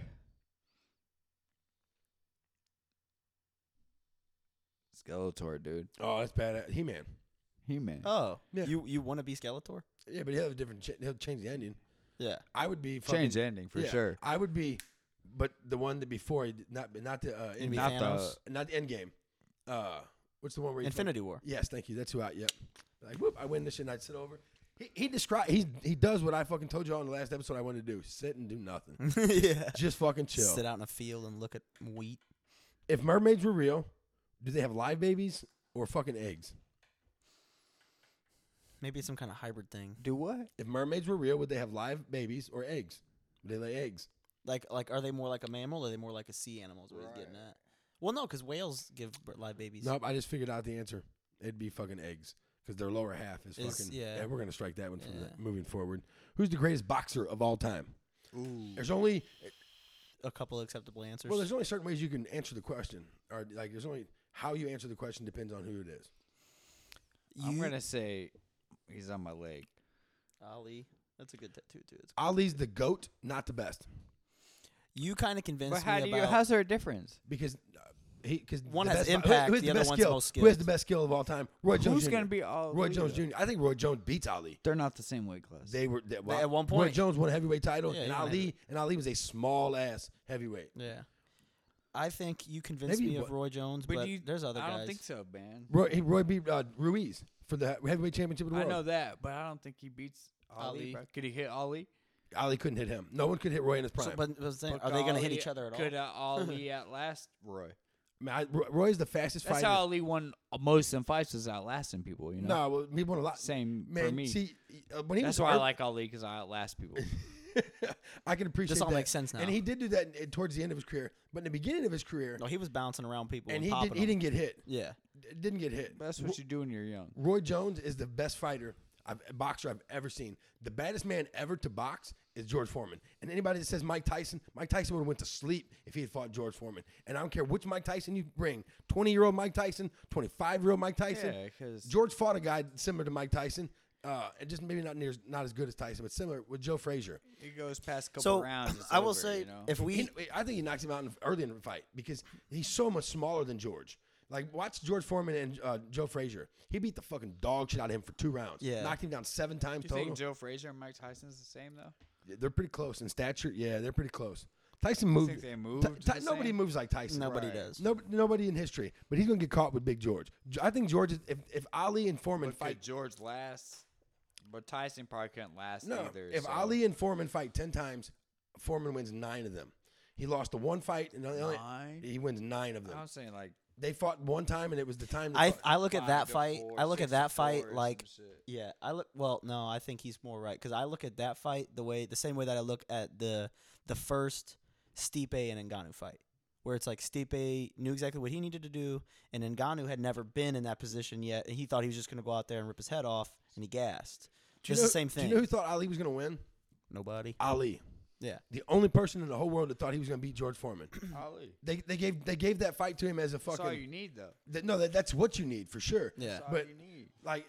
Skeletor, dude.
oh, that's bad. He Man.
He man.
Oh,
Yeah. Oh,
you you want to be Skeletor?
Yeah, but he'll have a different. Ch- he'll change the ending.
Yeah.
I would be fucking,
Change the ending for
yeah,
sure.
I would be, but the one that before he did- not not the uh,
It'd be
Endgame,
Not
Thanos.
not the end game. Uh, what's the one where you fucking-
Infinity War.
Yes, thank you. That's who I. Yep. Like whoop, I win this shit. and I sit over. He he describes he he does what I fucking told y'all in the last episode I wanted to do. Sit and do nothing.
yeah.
Just fucking chill.
Mm. Sit out in a field and look at wheat.
If mermaids were real, do they have live babies or fucking eggs?
Maybe it's some kind of hybrid thing.
Do what?
If mermaids were real, would they have live babies or eggs? Would they lay eggs?
Like, like, are they more like a mammal? Or are they more like a sea animal? Is what he's getting at. Well, no, because whales give b- live babies.
Nope. I just figured out the answer. It'd be fucking eggs because their lower half is
Is-
fucking.
yeah.
Yeah. We're gonna strike that one from
Yeah.
the, moving forward. Who's the greatest boxer of all time?
Ooh.
There's only
A couple acceptable answers.
well, there's only certain ways you can answer the question, or like there's only how you answer the question depends on who it is.
I'm
You-
gonna say he's on my leg.
Ali. That's a good tattoo too. It's
Ali's the goat, not the best,
You kind of convinced
But how do
me
you?
about
How's there a difference?
because uh, he because
One
the
has
best, who-
impact,
who has
the other
best
one's
skill?
most
Who has the
skilled.
best skill of all time? Roy Jones.
Who's
Jr.
gonna be all?
Roy
leader?
Jones Jr. I think Roy Jones beats Ali.
They're not the same weight class.
They were they,
at one
Roy
point.
Jones won a heavyweight title,
Yeah,
and
he won
Ali and Ali was a small ass heavyweight.
yeah. I think you convinced
Maybe
me
what-
of Roy Jones, but,
do you-
there's other
I
guys.
don't think so, man.
Roy, he- Roy beat uh, Ruiz for the heavyweight championship of the
I
world.
know that, but I don't think he beats Ali.
Ali.
bro. Could he hit Ali?
Ali couldn't hit him. No one could hit Roy in his prime.
So, but, but I'm saying,
Fuck
are they going to hit
Ali.
each other at all?
Could uh, Ali outlast Roy?
Man, I, Roy- Roy's the fastest
That's
fighter.
how Ali won uh, most in fights is outlasting people. You know.
no, well, he won a lot.
Same
man.
for me.
See, uh, when he
That's
was
why I
ear-
like Ali because I outlast people.
I can appreciate
all
that.
makes sense now.
And he did do that in, towards the end of his career, but in the beginning of his career,
No, he was bouncing around people
and
and,
he
popping
did, he
them.
didn't get hit.
Yeah.
D- didn't get hit.
That's what you do when you're young.
Roy Jones is the best fighter, I've, boxer I've ever seen. The baddest man ever to box is George Foreman. And anybody that says Mike Tyson, Mike Tyson would have went to sleep if he had fought George Foreman. And I don't care which Mike Tyson you bring, 20-year-old Mike Tyson, 25-year-old Mike Tyson.
Yeah, 'cause-
George fought a guy similar to Mike Tyson, uh, and just maybe not near, as- not as good as Tyson, but similar with Joe Frazier.
It goes past a couple
So
rounds. it's
I will
over,
say,
you know?
if we
He, I think he knocks him out in, early in the fight because he's so much smaller than George. Like watch George Foreman and uh, Joe Frazier. He beat the fucking dog shit out of him for two rounds.
Yeah.
knocked him down seven times
Do you
total.
think Joe Frazier and Mike Tyson's the same though?
they're pretty close in stature. Yeah, they're pretty close. Tyson
You
moved.
think they
Ty-
moved?
Ty-
the
nobody
same?
moves like Tyson.
nobody does.
No, nobody in history. But he's gonna get caught with Big George. J- I think George. Is, if if Ali and Foreman
But
fight
could George last? But Tyson probably couldn't last
No,
either.
if
so-
Ali and Foreman fight ten times, Foreman wins nine of them. He lost the one fight and the only,
Nine?
he wins nine of them.
I'm saying like
They fought one time and it was the time. That
I I look at
five
that
to
fight.
four,
I look
six
at
to
that fight
four or
like
some shit.
yeah. I look well. No, I think he's more right because I look at that fight the way the same way that I look at the the first Stipe and Ngannou fight, where it's like Stipe knew exactly what he needed to do, and Ngannou had never been in that position yet, and he thought he was just gonna go out there and rip his head off, and he gassed.
Do you
It's the
know-
same
Do
thing.
you know who thought Ali was going to win?
Nobody.
Ali,
Yeah.
the only person in the whole world that thought he was going to beat George Foreman.
Ali.
they they gave they gave that fight to him as a
That's all you
fucking.
need though.
That, no, that, that's what you need for sure.
Yeah.
That's all
but
you need.
like,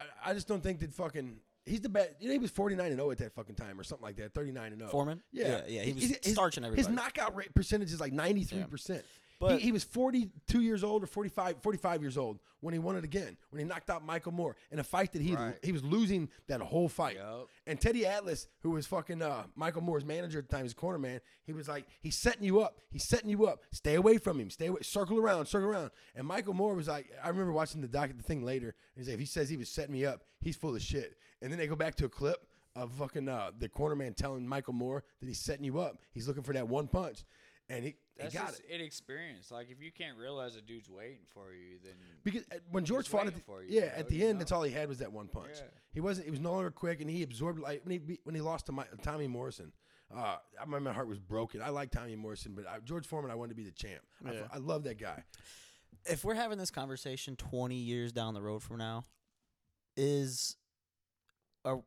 I, I just don't think that fucking. He's the best. You know, he was forty nine and zero at that fucking time, or something like that. Thirty nine and zero.
Foreman?
Yeah,
Yeah, yeah, he was
His- his-
starching
His
everybody.
knockout rate percentage is like ninety three percent. But
But-
he, he was 42 years old or 45, 45 years old when he won it again, when he knocked out Michael Moore in a fight that he
Right.
he was losing that whole fight.
Yup.
And Teddy Atlas, who was fucking uh, Michael Moore's manager at the time, his corner man, he was like, he's setting you up. He's setting you up. Stay away from him. Stay away. Circle around. Circle around. And Michael Moore was like, I remember watching the doc, the thing later. He's like, if he says he was setting me up, he's full of shit. And then they go back to a clip of fucking uh, the corner man telling Michael Moore that he's setting you up. He's looking for that one punch. And he, he
That's
got
just
it.
inexperience. Like if you can't realize a dude's waiting for you, then
Because uh, when George
He's
fought, at
waiting
the,
for you,
yeah,
bro,
at the
you
end,
know?
that's all he had was that one punch.
Yeah.
He wasn't. He was no longer quick, and he absorbed like when he beat, when he lost to my, Tommy Morrison. Uh, I, my, my heart was broken. I like Tommy Morrison, but I, George Foreman, I wanted to be the champ. I fu- I, love that guy.
if we're having this conversation 20 years down the road from now, is are, are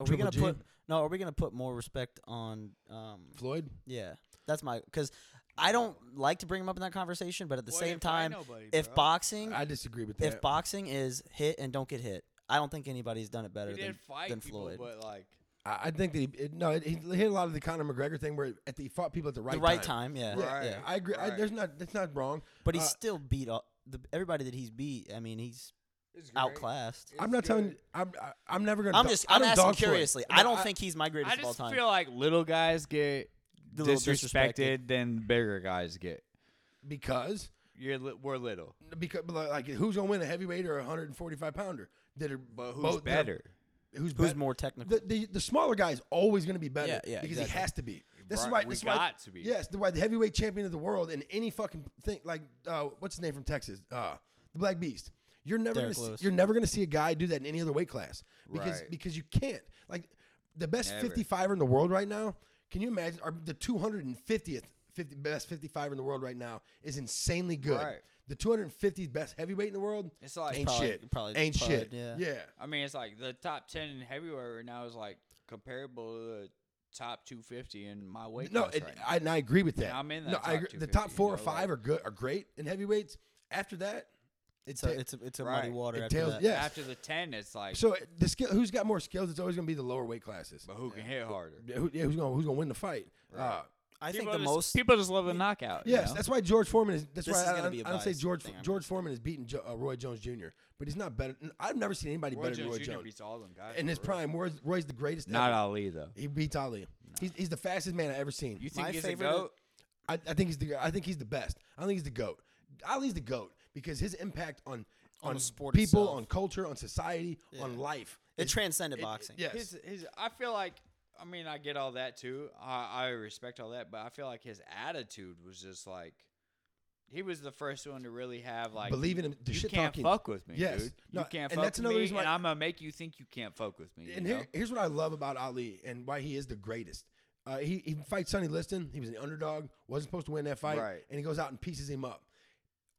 we
Triple
gonna
G?
put no? Are we gonna put more respect on? Um,
Floyd.
yeah, that's my because I don't like to bring him up in that conversation, but at the
What
same
if I
time,
nobody,
if
bro?
boxing,
I disagree with that.
if boxing is hit and don't get hit, I don't think anybody's done it better
he
than,
did fight
than
people,
Floyd.
but like
I, I think that he, it, no, it, he hit a lot of the Conor McGregor thing where at the, he fought people at the right
the right time, yeah,
Yeah,
yeah.
yeah, I agree. I,
Right.
there's not that's not wrong.
But he
Uh,
still beat all, the, everybody that he's beat. I mean, he's
It's great.
outclassed.
I'm not telling you. I'm I, I'm never gonna.
I'm
do-
just
I
I'm
don't
asking
dog for it.
curiously. I don't
I-
think he's my greatest
I
of all
just
time.
feel like little guys get
The little
disrespected than bigger guys get.
because
You're li- we're little,
because like who's gonna win a heavyweight or a 145 pounder? That are but
who's better?
Who's
Who's
bet-
more technical?
The, the the smaller guy is always going to be better.
Yeah, yeah,
Because
exactly.
he has to be. This is
Right,
why.
we
This is why,
got to be.
Yes, the, why the heavyweight champion of the world in any fucking thing. Like, uh, what's his name from Texas? Uh, the Black Beast. You're never gonna
Derrick
see,
Lewis.
you're never gonna see a guy do that in any other weight class because
Right.
because you can't. Like, the best
Never.
55er in the world right now. Can you imagine? Are the 250th 50, best 55 in the world right now is insanely good.
Right.
The 250th best heavyweight in the world
It's like-
ain't
Probably-
shit.
probably-
ain't
probably,
shit.
yeah.
yeah.
I mean, it's like the top ten in heavyweight right now is like comparable to the top 250 in my weight
No,
class
and,
uh,
right now.
I, and I agree with that.
I'm in that
no,
top
I agree. The top
250,
four
you
or
know,
five
like-
are good, are great in heavyweights. After that,
It's a it's a, it's a muddy
Right.
water.
It
after
tells-
that.
yeah. yes.
After the 10, it's like,
so uh, the skill. Who's got more skills? It's always going to be the lower weight classes.
but who can hit harder?
Yeah, who- yeah, who's going who's going to win the fight? Uh,
I think
People
the
just-
most
people just love the knockout. you
yes,
know?
that's why George Foreman is. That's
This
why
is
I,
gonna
I,
be a
I don't say
biased
George
thing, I'm
George Foreman is beating jo- uh, Roy Jones Jr., but he's not better. I've never seen anybody
Roy
better than
Jones
Roy
Jr.
Jones.
beats all them guys.
in his
for real.
prime, Roy's, Roy's the greatest.
Not
ever.
Ali though.
He beats Ali. He's, he's the fastest man I've ever seen.
You think
My
he's
favorite-
a goat?
I, I think he's the I think he's the best. I don't think he's the goat. Ali's the goat because his impact on on,
the sport
people,
itself.
on culture, on society, on life.
it
is-
transcended boxing.
Yes.
His, his, I feel like, I mean, I get all that too. I, I respect all that, but I feel like his attitude was just like, he was the first one to really have like
Believe in him- the
You
shit
can't
talking.
fuck with me,
Yes.
dude.
No,
you can't
and
fuck
that's
with
another
me,
reason why-
and I'm gonna make you think you can't fuck with me.
and
you know?
here, here's what I love about Ali and why he is the greatest. Uh, he, he fights Sonny Liston. He was an underdog, wasn't supposed to win that fight,
Right.
and he goes out and pieces him up.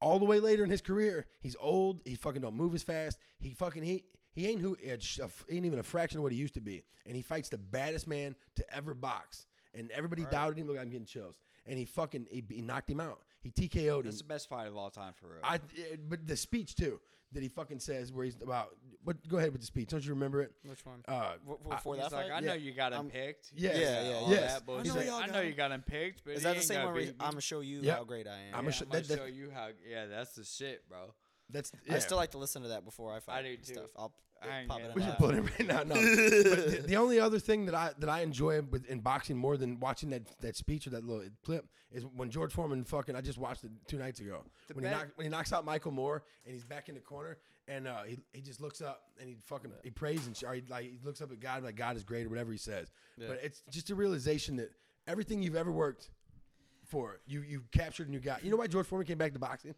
All the way later in his career, he's old. He fucking don't move as fast. He fucking he he ain't who a sh- a f- ain't even a fraction of what he used to be. And he fights the baddest man to ever box. And everybody doubted him. Look, I'm getting chills. And he fucking he, he knocked him out. He TKO'd him.
That's the best fight of all time for real.
I it- but the speech too that he fucking says where he's about. But go ahead with the speech. Don't you remember it?
Which one?
Uh,
Before
He's
that
like,
fight?
I know
Yeah.
you got him
I'm-
picked.
Yeah,
You
yeah,
got
yeah,
all
yes. I
That bullshit.
know
y'all
I
got
know
him.
you got him picked, but
Is
he
that the
ain't
same
gotta
one? Where
beat
he's,
me.
I'm gonna show you
Yeah.
how great I am.
I'm
Yeah,
gonna show
I'm
that,
gonna
that,
show you how. Yeah, that's the shit, bro.
that's.
I
yeah.
still like to listen to that before I fight.
do
and
too.
Stuff. I'll
I ain't
pop it.
getting
in
We
my-
should put it right now. No. But the, the only other thing that I that I enjoy with, in boxing more than watching that, that speech or that little clip is when George Foreman fucking I just watched it two nights ago when he
bet-
knock, when he knocks out Michael Moore and he's back in the corner and uh, he, he just looks up and he fucking he prays and sh- or he, like he looks up at God like God is great or whatever he says. But it's just a realization that everything you've ever worked for you you captured and you got. You know why George Foreman came back to boxing?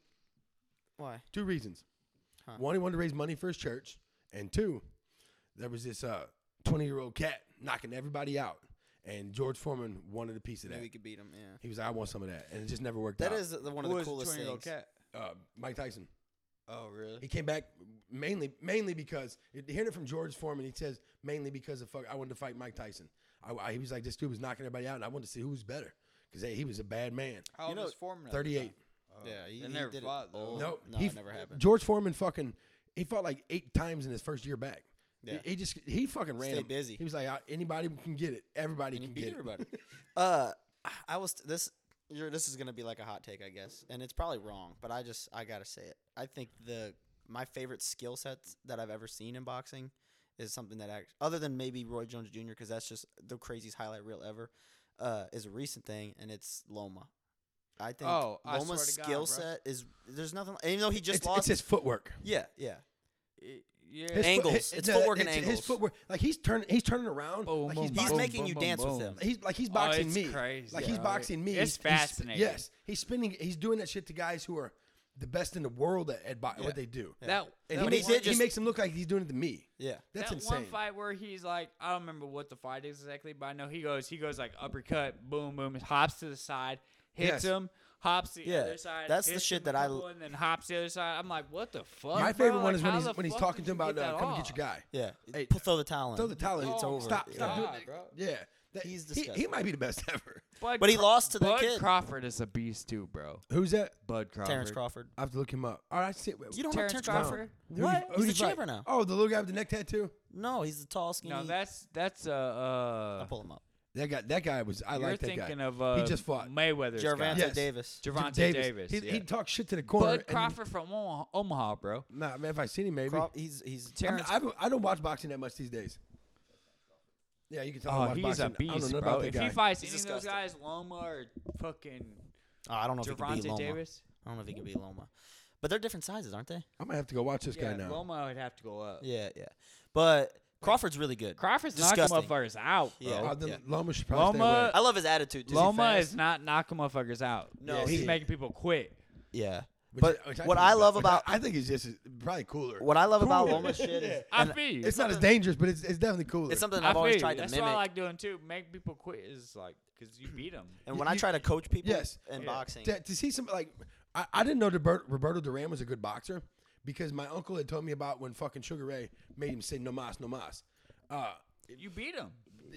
Why?
Two reasons. One, he wanted to raise money for his church, and two, there was this uh, twenty-year-old cat knocking everybody out, and George Foreman wanted a piece of that.
Maybe we could beat him. Yeah.
He was like, "I want some of that," and it just never worked
That
out.
is the, one of
Who
the
was the
coolest
20 year old
things.
cat?
uh, Mike Tyson.
Oh, really?
He came back mainly, mainly because hearing it from George Foreman, he says mainly because of fuck, I wanted to fight Mike Tyson. I, I- he was like, "This dude was knocking everybody out, and I wanted to see who was better because hey, he was a bad man."
How old
know,
was Foreman? at the time?
Thirty-eight.
Yeah. He,
They
he
never
did
fought,
it.
though.
old.
No,
no,
he,
it never happened.
George Foreman fucking he fought like eight times in his first year back.
Yeah.
He, he just he fucking ran.
Stay
him.
busy.
He was like "I- anybody can get it. Everybody can
beat
get
everybody. uh, I was this. You're, this is gonna be like a hot take, I guess, and it's probably wrong, but I just I gotta say it. I think the my favorite skill sets that I've ever seen in boxing is something that act, other than maybe Roy Jones Jr. because that's just the craziest highlight reel ever. Uh, is a recent thing, and it's Loma. I think
Oh, I
Loma's
swear to God,
skill
bro.
set is there's nothing. and Even though he
it.
just
It's,
lost,
it's his footwork.
yeah, yeah.
It- Yeah.
His
Angles.
his-
It's
no,
footwork and
His
angles.
footwork. Like he's turning. He's turning around.
Boom,
like
boom,
he's,
boom,
He's
boxing-
making you dance with him.
He's like he's boxing
it's
me.
crazy,
Like he's
bro.
boxing me.
It's
He's- he's-
fascinating.
yes, he's spinning. He's doing that shit to guys who are the best in the world at, at bo- what they do. and
That, that
he
But
makes,
did
it-
just-
he makes him look like he's doing it to me.
Yeah.
that's
that
insane.
one fight where he's like, I don't remember what the fight is exactly, but I know he goes, he goes like uppercut, boom, boom, hops to the side,
Yes.
hits him, hops the
Yeah,
other side.
that's the
hits
shit
him a
that I
couple,
l-
and then hops the other side. I'm like, what the fuck?
My
bro?
favorite one
Like,
is when
how
he's
the
when he's
fuck
talking
did
to him
you
about
get
uh,
that
come and get
off?
your guy.
Yeah,
Hey,
P- throw the towel. in.
Throw the towel.
Oh,
in.
It's over.
Stop.
Yeah.
Stop doing
God,
it,
bro.
Yeah. That-
He's
he, he
disgusting.
might be the best ever.
Bud
But he
Cro-
lost to that
Bud
kid.
Crawford is a beast too, bro.
Who's that?
Bud Crawford.
Terrence Crawford.
I have to look him up. All right, I see.
You don't
Terrence
know Terrence
Crawford?
Crawford?
Who
What?
do you- who do
He's a
you fight?
chamber now.
Oh, the little guy with the neck tattoo.
No, he's the tall, skinny.
No, that's that's uh, uh
I'll pull him up.
That guy, that guy was. I
You're
like that guy.
thinking of uh,
just fought.
Mayweather's
Gervonta
guy.
Yes.
Davis.
Gervonta
Davis.
Davis,
He,
yeah.
he talked shit to the corner.
Bud
and-
Crawford from Omaha, Omaha, bro.
Nah, man, if I seen him, maybe.
Craw- he's he's
I, mean,
Terrence-
I, don't- I don't watch boxing that much these days. Yeah, you can tell. I
Oh,
watch
he's a
boxing. I don't
beast,
know
bro.
about that
If he
guy.
fights
He's
any of those guys,
disgusting.
Loma or fucking
Oh, I don't know if he could be
Gervonta
Loma.
Davis,
I don't know if he could be Loma. But they're different sizes, aren't they?
I'm gonna have to go watch this
yeah,
guy now.
Loma would have to go up.
Yeah, yeah. But Crawford's really good.
Crawford's knocking
Disgusting.
motherfuckers out, bro.
Yeah.
Oh, then
Yeah.
Loma should probably stay away.
Loma-
I love his attitude. Is he
Loma
fast?
is not knocking motherfuckers out.
No,
he's
he-
making people quit.
Yeah.
Which-
But
which
what
think
I
is-
love
which
about
I, I think he's just probably cooler.
what I love about
Cooler.
Loma shit is
Yeah.
I
and
feel you.
It's not as dangerous, but it's, it's definitely cooler.
it's something
I
I've
feel
always
you.
tried to
That's
mimic.
what I like doing too. Make people quit is like because you beat them.
and when
You-
I try to coach people
Yes.
in
Yeah.
boxing,
to, to see some like I, I didn't know Robert, Roberto Duran was a good boxer because my uncle had told me about when fucking Sugar Ray made him say no mas no mas. Uh,
You beat them.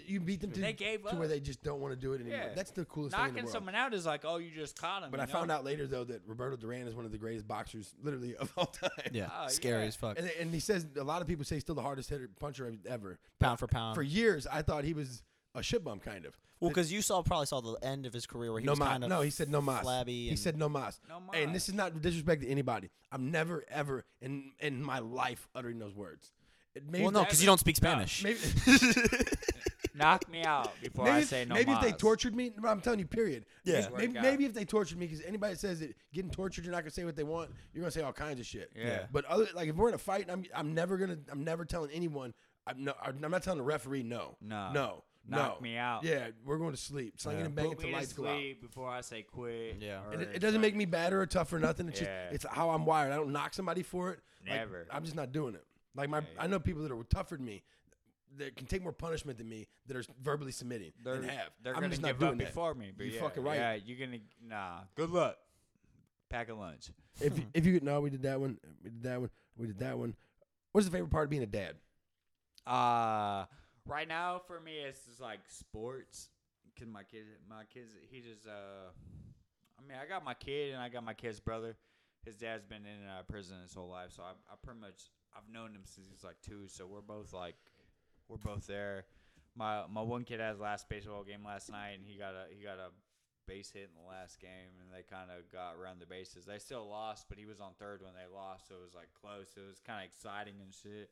you beat them to,
They gave
to where
up.
they just don't want to do it anymore.
Yeah.
That's the coolest thing in
Knocking
the world.
someone out is like, oh, you just caught him.
but I found out later though that Roberto Duran is one of the greatest boxers literally of all time.
yeah,
Oh,
scary
yeah.
as fuck.
And, and he says a lot of people say he's still the hardest hitter puncher ever.
Pound for pound.
For years, I thought he was a shit bum kind of.
well, because you saw probably saw the end of his career where he
no
was
mas.
kind of
No, he said no mas.
flabby.
He
and-
said no mas.
No
And
mas.
this is not disrespect to anybody. I'm never ever in in my life uttering those words. It- Maybe
well, no,
that-
because you don't speak Spanish.
Maybe,
Knock me out before I
maybe,
say no.
maybe if they
mas.
tortured me, but I'm telling you, period.
Yeah.
Maybe, maybe,
Work out.
maybe if they tortured me, because anybody that says that getting tortured, you're not gonna say what they want. You're gonna say all kinds of shit.
Yeah.
But other like if we're in a fight, and I'm I'm never gonna I'm never telling anyone. I'm no I'm not telling the referee no.
No.
No.
Knock
no.
me out.
Yeah, we're going to sleep. Slinging
Yeah.
and banging
Put me
until
to
lights go out.
sleep before I say quit.
Yeah.
or
And it, it
it's
doesn't
like-
make me bad or tough or nothing. It's
Yeah.
just it's how I'm wired. I don't knock somebody for it. Like,
Never.
I'm just not doing it. Like my, I know people that are tougher than me, that can take more punishment than me, that are verbally submitting
They're,
and have.
they're
I'm
gonna
just not
give
doing
up
that.
before me. But
You're
yeah,
fucking right.
Yeah, you're gonna nah. Good luck. Pack a lunch.
If you- if you could, no, we did that one. We did that one. We did that one. What's the favorite part of being a dad?
Uh right now for me it's just like sports. Cause my kid, my kids, he just uh, I mean, I got my kid and I got my kid's brother. His dad's been in and out of prison his whole life, so I, I pretty much I've known him since he was like two. So we're both like, we're both there. My my one kid had his last baseball game last night, and he got a he got a base hit in the last game, and they kind of got around the bases. They still lost, but he was on third when they lost, so it was like close. It was kind of exciting and shit.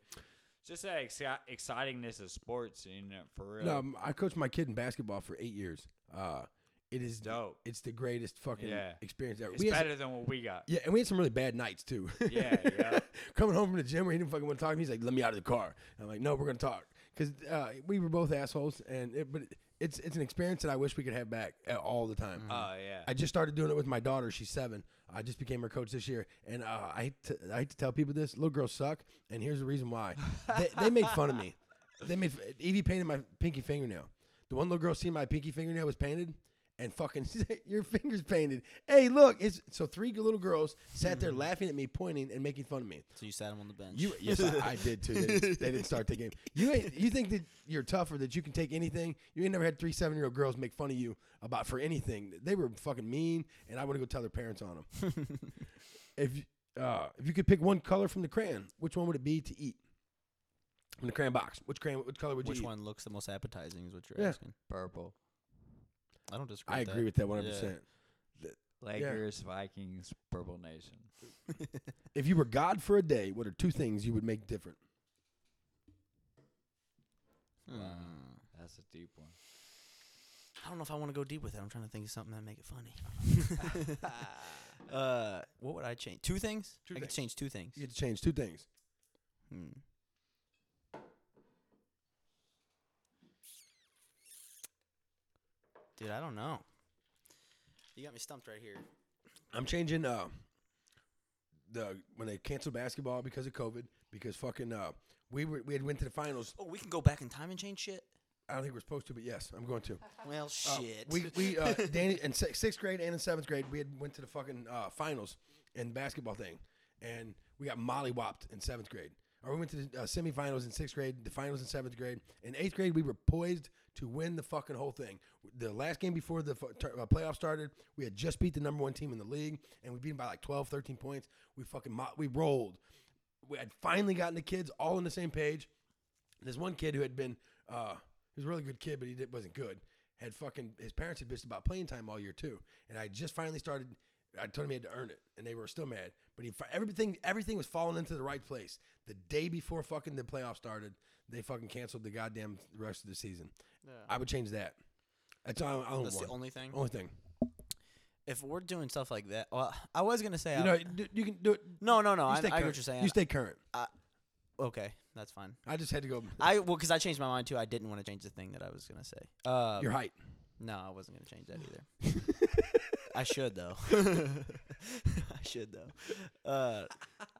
Just that exci- excitingness of sports, you know, for real.
No, I'm- I coached my kid in basketball for eight years. Uh, it is
Dope.
It's the greatest fucking
Yeah.
experience ever.
It's
had some-
better than what we got.
Yeah, and we had some really bad nights too.
Yeah, yeah.
Coming home from the gym where he didn't fucking want to talk to me, he's like, "Let me out of the car." And I'm like, "No, we're gonna talk," because uh, we were both assholes. And it, but it's it's an experience that I wish we could have back uh, all the time.
Oh yeah.
I just started doing it with my daughter. She's seven. I just became her coach this year, and uh, I hate to, I hate to tell people this: little girls suck, and here's the reason why. they, they made fun of me. They made f- Evie painted my pinky fingernail. The one little girl seen my pinky fingernail was painted, and fucking said, your fingers painted. Hey, look! It's so three little girls sat there laughing at me, pointing and making fun of me.
so you sat him on the bench.
You yes, I, I did too. They didn't, they didn't start the game. You ain't, you think that you're tougher that you can take anything? You ain't never had three seven year old girls make fun of you about for anything. They were fucking mean, and I want to go tell their parents on them. if you- uh, if you could pick one color from the crayon, which one would it be to eat from the crayon box? Which crayon? Which color would you?
Which
eat?
one looks the most appetizing is what you're
Yeah.
asking.
Purple.
I don't disagree.
I
with
agree with that one hundred percent.
Lakers, Vikings, Purple Nation.
If you were God for a day, what are two things you would make different?
Hmm.
That's a deep one.
I don't know if I want to go deep with it. I'm trying to think of something that make it funny. uh, what would I change? Two things.
Two
I could
things.
change two things.
You had to change two things.
Hmm. Dude, I don't know. You got me stumped right here.
I'm changing uh the when they canceled basketball because of COVID because fucking uh we were we had went to the finals.
Oh, we can go back in time and change shit.
I don't think we're supposed to, but yes, I'm going to.
Well,
Uh,
shit.
we we uh, Danny in si- sixth grade and in seventh grade we had went to the fucking uh, finals in basketball thing, and we got mollywopped in seventh grade. Or we went to the uh, semifinals in sixth grade, the finals in seventh grade. In eighth grade, we were poised to win the fucking whole thing. The last game before the fu- tur- uh, playoff started, we had just beat the number one team in the league, and we beat them by like 12, 13 points. We fucking mo- we rolled. We had finally gotten the kids all on the same page this one kid who had been uh, he was a really good kid, but he did, wasn't good. had fucking his parents had bitched about playing time all year too, and I just finally started. I told him he had to earn it, and they were still mad. But he fi- everything everything was falling into the right place. The day before fucking the playoff started, they fucking canceled the goddamn rest of the season. I would change that. That's all. I, I
That's the
only
only thing.
only thing.
If we're doing stuff like that, well, I was gonna say,
You
I-
know, you, you can do it. you
no, no, no. I, I
stay
get what
current.
you're saying.
You stay current.
okay, that's fine.
I just had to go.
I well, because I changed my mind too. I didn't want to change the thing that I was gonna say. Uh,
your height.
no, I wasn't gonna change that either. I should though. I should though. Uh,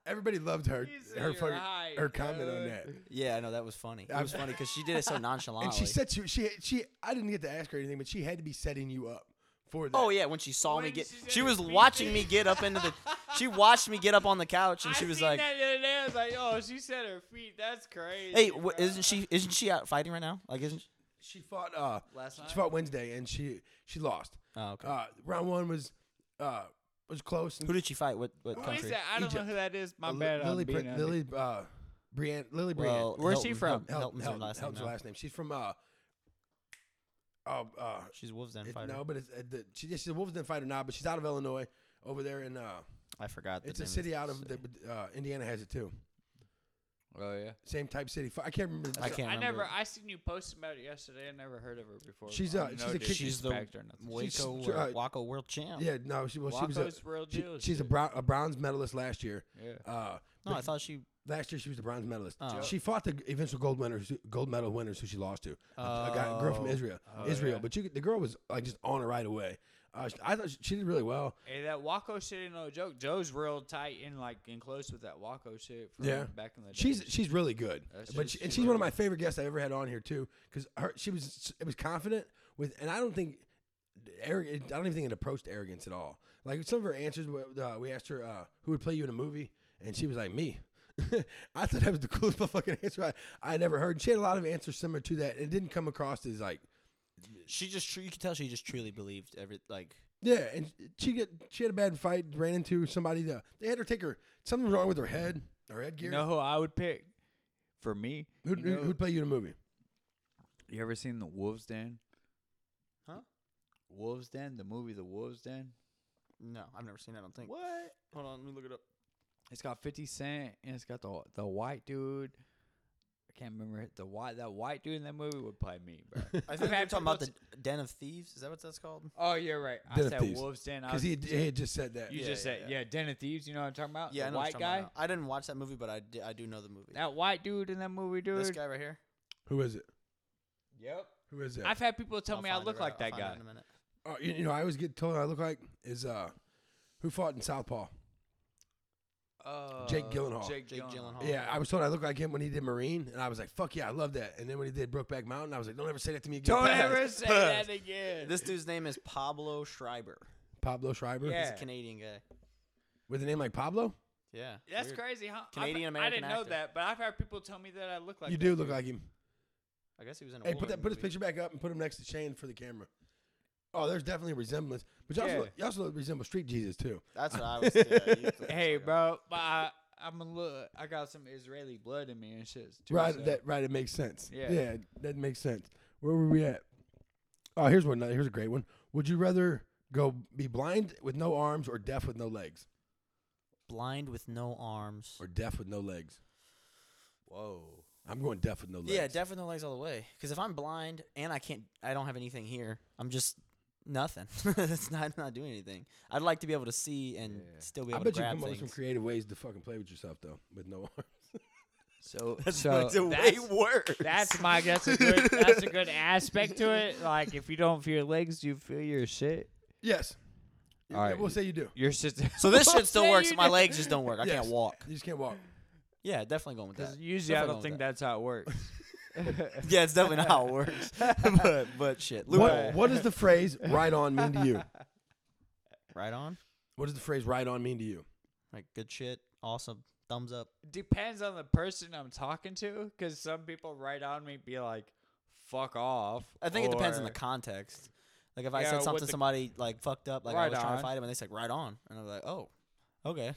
Everybody loved her. Her, fucking-
height,
her comment on
dude.
that.
yeah, I know that was funny. It
I'm-
was funny because she did it so nonchalantly.
And she said she, she she I didn't get to ask her anything, but she had to be setting you up for that.
"Oh yeah," when she saw me
When
get,
she
she,
said
was
it, we
watching
did.
me get up into the. She watched me get up on the couch and she was like,
that the other day. I was like, "Oh, she said her feet. That's crazy."
"Hey, wha- isn't she? Isn't she out fighting right now? Like, isn't?" She?
She fought uh
Last
she
night?
fought Wednesday and she she lost.
Oh, okay.
Uh round 1 was uh was close. And
Who did she fight? What what
Who
country?
is that? I don't
Egypt.
know who that is. My
Li-
bad.
Lily
I'm being
Pri-
ugly.
Lily uh Brienne Lily Brienne.
Well,
Where's she
Helton-
from?
Hel- Helton's her
Helton-
last name.
Helton's
now.
last name. She's from uh uh, uh
She's Wolves Den
it-
fighter.
no, but it's uh, the, she, she's a Wolves Den fighter now, but she's out of Illinois over there in uh
I forgot. The
it's
name
a city
the
out of the,
city.
uh, Indiana has it too.
Oh yeah.
Same type city. Fu- I can't remember. the-
I can't
I
remember.
never. I seen you post about it yesterday. I never heard of her before.
She's,
I
uh,
have
she's a kick-
She's the
disrespect or nothing.
She's-
Waco
she-
or
uh,
Waco world champ.
Yeah, no, she well, she was a
Waco's real
she-
deal,
she's a,
dude.
brown, a bronze medalist last year.
Yeah.
Uh,
No, I
but
thought she.
last year she was the bronze medalist.
Oh.
She fought the eventual gold winners, gold medal winners, who she lost to. A- a, guy, a girl from
Oh.
Israel, Israel. But you, could- the girl was like just on it right away. Uh, sh- I thought she, she did really well.
Hey, that Waco shit ain't no joke. Joe's real tight and like and close with that Waco shit. From
Yeah.
Back in the day.
She's she's really good,
That's
but
just-
she, and
she's
she's one of
really
my favorite guests I ever had on here too, because her she was it was confident with, and I don't think arrogant. I don't even think it approached arrogance at all. Like some of her answers, we- uh, we asked her uh, who would play you in a movie, and she was like me. I thought that was the coolest motherfucking answer I, I had ever heard. And she had a lot of answers similar to that. It didn't come across as like
She just. tru- You could tell she just truly believed every like.
yeah. And she get she had a bad fight, ran into somebody. That, they had her take her something was wrong with her head, her
You
headgear.
know who I would pick for me?
Who,
you, know-
who'd play you in a movie?
you ever seen the Wolves Den?
Huh?
Wolves Den, the movie The Wolves Den.
No, I've never seen. That, I don't think.
What?
Hold on, let me look it up.
It's got Fifty Cent and it's got the the white dude. I can't remember it. the white that white dude in that movie would play me, bro.
I
Okay,
think we're talking about
what's-
the Den of Thieves. Is that what that's called?
Oh, you're right. I
Den of
said
Thieves.
Wolves Den. I
Because
was,
he, had- he had just said that.
you
Yeah,
just
yeah,
said
yeah.
yeah. Den of Thieves. You know what I'm talking about?
Yeah,
the
I know what
white
you're talking
guy.
about now. I didn't watch that movie, but I did, I do know the movie.
That white dude in that movie, dude.
this guy right here.
Who is it?
Yep.
Who is it?
I've had people tell
I'll
me I
find it
look
right-
like
I'll
that
find it
guy.
in a minute.
Uh, you, you know, I always get told I look like is uh, who fought in Southpaw.
Uh,
Jake Gyllenhaal.
Jake
Oh.
Gyllenhaal.
Yeah, I was told I look like him when he did Marine, and I was like, "Fuck yeah, I love that." And then when he did Brokeback Mountain, I was like, "Don't ever say that to me again."
Don't ever say that again.
This dude's name is Pablo Schreiber.
Pablo Schreiber.
Yeah.
He's a Canadian guy.
with a name like Pablo,
Yeah.
That's
weird.
crazy, huh? I've- I
Canadian-American
didn't know
actor.
that, but I've had people tell me that I look like
you
that.
do look like him.
I guess he was in. A
Hey, put
Wolverine
that put his
movie.
picture back up and put him next to Shane for the camera. Oh, there's definitely a resemblance, but you also,
Yeah.
you also resemble Street Jesus too.
That's what I was. Yeah, you look like
Hey,
that guy.
bro, but I, I'm a little. I got some Israeli blood in me and shit. Too,
Right,
so-
that right, it makes sense.
Yeah.
yeah, that makes sense. Where were we at? Oh, here's one. Here's a great one. Would you rather go be blind with no arms or deaf with no legs?
Blind with no arms.
or deaf with no legs.
Whoa.
I'm going deaf with no legs.
Yeah, deaf with no legs all the way. Because if I'm blind and I can't, I don't have anything here. I'm just nothing. it's not not doing anything. I'd like to be able to see and
Yeah.
still be
I
able
bet
to
you
grab
come up with
things.
some creative ways to fucking play with yourself though, with no arms.
So
Makes it
so
way
that's,
worse.
that's my that's a good that's a good aspect to it. Like if you don't feel your legs, do you feel your shit?
Yes.
All
Yeah,
right.
We'll say you do.
Your shit.
so this
We'll
shit still
say
works.
you
My
do.
legs just don't work. I
Yes.
can't walk.
You just can't walk.
Yeah, definitely going with that.
'Cause Usually, I
Definitely
don't think
going with
that's how it works.
that. Yeah, it's definitely not how it works. but but shit,
What,
loophole.
what does the phrase "right on" mean to you?
Right on.
What does the phrase "right on" mean to you?
Like good shit. Awesome. Thumbs up.
depends on the person I'm talking to, because some people right on me be like, "Fuck off."
I think it depends on the
or,
context. Like if I
Yeah,
said
what
something
the-
somebody like fucked up, like I
Right
was trying to
on.
fight him, and they said right on, and I was like, oh, okay.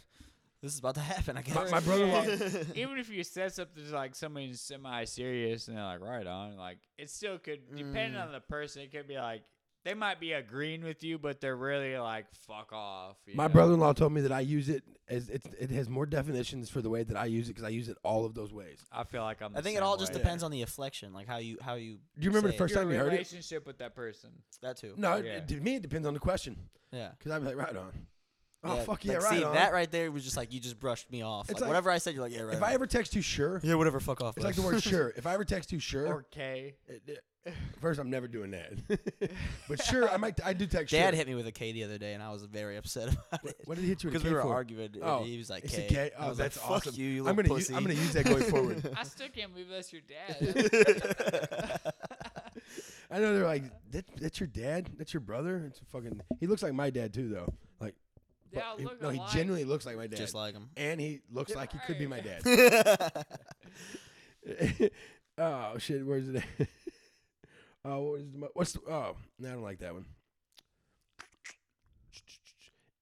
This is about to happen. I guess.
My- my brother-in-law-
even if you said something to like somebody semi serious and they're like, right on, like it still could depending on the person, it could be like they might be agreeing with you, but they're really like, fuck off. you
My
know?
brother-in-law told me that I use it as it's, it has more definitions for the way that I use it because I use it all of those ways.
I feel like I'm
I
the
think it
same
all just
way.
depends on the afflection, like how you how you.
Do you remember
say
the first
it.
time you
Your
heard it?
relationship with that person.
That too.
No, it-
Yeah.
it- to me it depends on the question
Yeah.
because I'm like right on. Oh
Yeah,
fuck
like,
yeah, right
See
on.
that right there was just like you just brushed me off.
It's
Like,
like-
whatever I said, you're like yeah right.
if
right.
I ever text you sure,
yeah whatever fuck off.
it's like the
bud.
word sure. If I ever text you sure,
Or K.
it- it- first I'm never doing that. but sure, I might. I do text.
Dad
sure.
hit me with a K the other day, and I was very upset about it.
What did he hit you with a
Because we
K
were
for?
arguing. and
Oh,
he was like,
it's
K.
a K.
I
Oh,
was
that's
like, fuck
awesome.
you, you
I'm
little
gonna use-
pussy.
I'm gonna use that going forward.
I still can't believe that's your dad.
I know they're like that, that's your dad, that's your brother. It's a fucking. He looks like my dad too, though. Like,
They
but
all
he-
look
no, he
alike.
genuinely looks like my dad.
Just like him.
and he looks like he could be my dad. oh shit, where's it? at? Oh, what is my, what's the, oh? No, I don't like that one.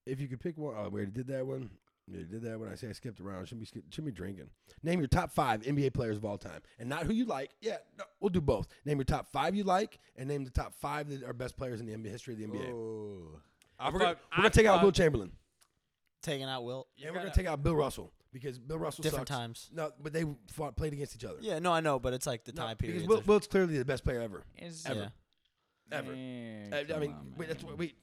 If you could pick one, oh, we already did that one. We already did that one. I say I skipped around. Shouldn't be skip, shouldn't be drinking. Name your top five NBA players of all time, and not who you like. Yeah, no, we'll do both. Name your top five you like, and name the top five that are best players in the NBA, history of the NBA.
I
We're gonna,
fuck-
we're gonna
I
take out Will
fuck-
Chamberlain,
Taking out Wilt.
and we're gonna take out Bill Russell because Bill Russell
Different
sucks.
times.
No, but they fought, played against each other.
Yeah, no, I know, but it's like the
No,
time
because
period.
Wilt, Wilt's clearly the best player ever.
It's-
ever.
Ever.
Man,
I, I
come
mean,
on,
wait, that's
man.
what we,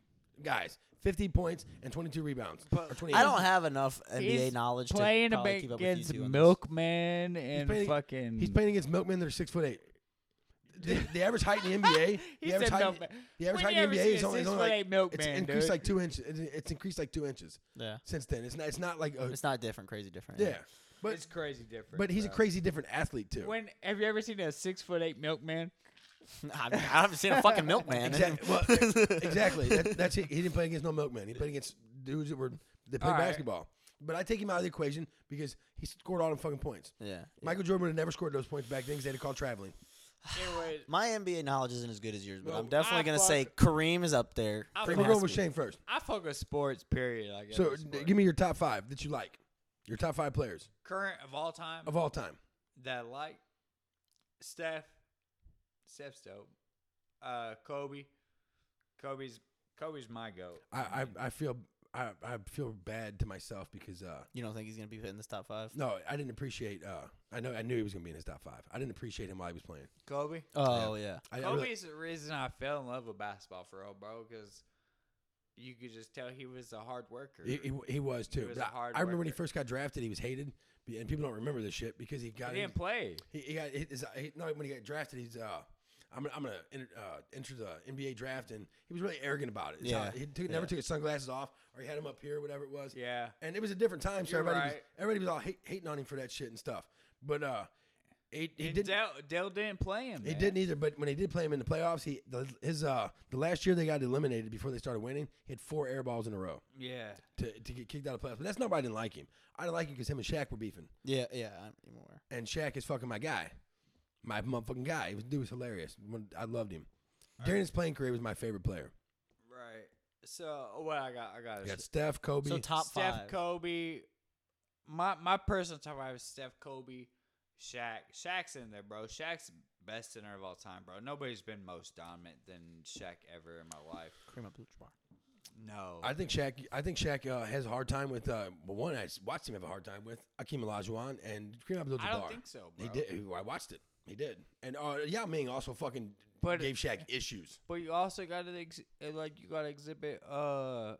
guys, 15 points and 22 rebounds. or 28.
I don't have enough NBA
He's
knowledge to
playing
probably
a
keep up with you
against
two on this.
Milkman and
playing-
fucking.
He's playing against milkmen that are six foot eight. The, the average height in the NBA,
He
the average height,
said Milkman.
the average
When
height
you
in
ever
the NBA
see
is
a
only, is only
6'8"
like
milkman,
It's increased
dude?
like two inches. It's, it's increased like two inches
Yeah,
since then. It's not. It's not like a
it's not different, crazy different.
yeah, but
it's crazy different.
but he's a
bro.
crazy different athlete too.
When have you ever seen a six foot eight milkman?
I, I haven't seen a fucking milkman.
Exactly. well, exactly. That, that's it. He didn't play against no milkman. He played against dudes that were that played
All right.
basketball. But I take him out of the equation because he scored all them fucking points.
yeah.
Michael Jordan would have never scored those points back then because they'd have called traveling.
Anyway,
My NBA knowledge isn't as good as yours, but
Well,
I'm definitely
I
gonna say
fuck-
Kareem is up there.
I
We're
fuck-
Kareem
going
has
with
to be.
Shane first.
I fuck with sports. Period. I guess.
So d- give me your top five that you like. Your top five players
current of all time
of all time.
that I like Steph, Steph's dope. Uh, Kobe, Kobe's Kobe's my goat.
I I, I feel I, I feel bad to myself because uh
You don't think he's gonna be put in this top five?
no I didn't appreciate uh I know I knew he was gonna be in his top five. I didn't appreciate him while he was playing.
Kobe.
Oh yeah.
I, I really-
Kobe's the reason I fell in love with basketball for real, bro, because you could just tell he was a hard worker.
He, he, he was too.
was
But
a
I-
hard
I remember when he
worker.
first got drafted, he was hated, be- and people don't remember this shit because he got
he didn't play.
he, he got his, uh, he, no when he got drafted. He's uh, I'm gonna, I'm gonna enter, uh, enter the NBA draft, and he was really arrogant about it. It's how-
Yeah,
he took, never
yeah.
took his sunglasses off, or he had them up here, whatever it was.
Yeah.
and it was a different time, so
You're
everybody was,
right.
everybody was all hate, hating on him for that shit and stuff. But uh, he, he
And
didn't.
Dell, Dell didn't play him.
He
man.
didn't either, but when they did play him in the playoffs, he the, his uh the last year they got eliminated before they started winning, he had four air balls in a row
Yeah.
to, to get kicked out of playoffs. But that's not why I didn't like him. I didn't like him because him and Shaq were beefing,
Yeah, yeah. I'm I'm aware.
and Shaq is fucking my guy, my motherfucking guy. He was dude was hilarious. When- I loved him. During his playing career, he was my favorite player.
Right. So what I got? I got.
I
is
got Steph, Kobe.
So top
Steph,
five.
Kobe. My my personal top five is Steph, Kobe, Shaq. Shaq's in there, bro. Shaq's best center of all time, bro. Nobody's been most dominant than Shaq ever in my life.
Kareem Abdul-Jabbar.
No.
I think Shaq. I think Shaq uh, has a hard time with. Uh, well, one I s- watched him have a hard time with Akeem Olajuwon and Kareem Abdul-Jabbar.
I don't think so,
He
bro.
did. who I watched it. He did. And uh, Yao Ming also fucking
But-
gave Shaq issues.
But you also got to ex- uh, like you got to exhibit uh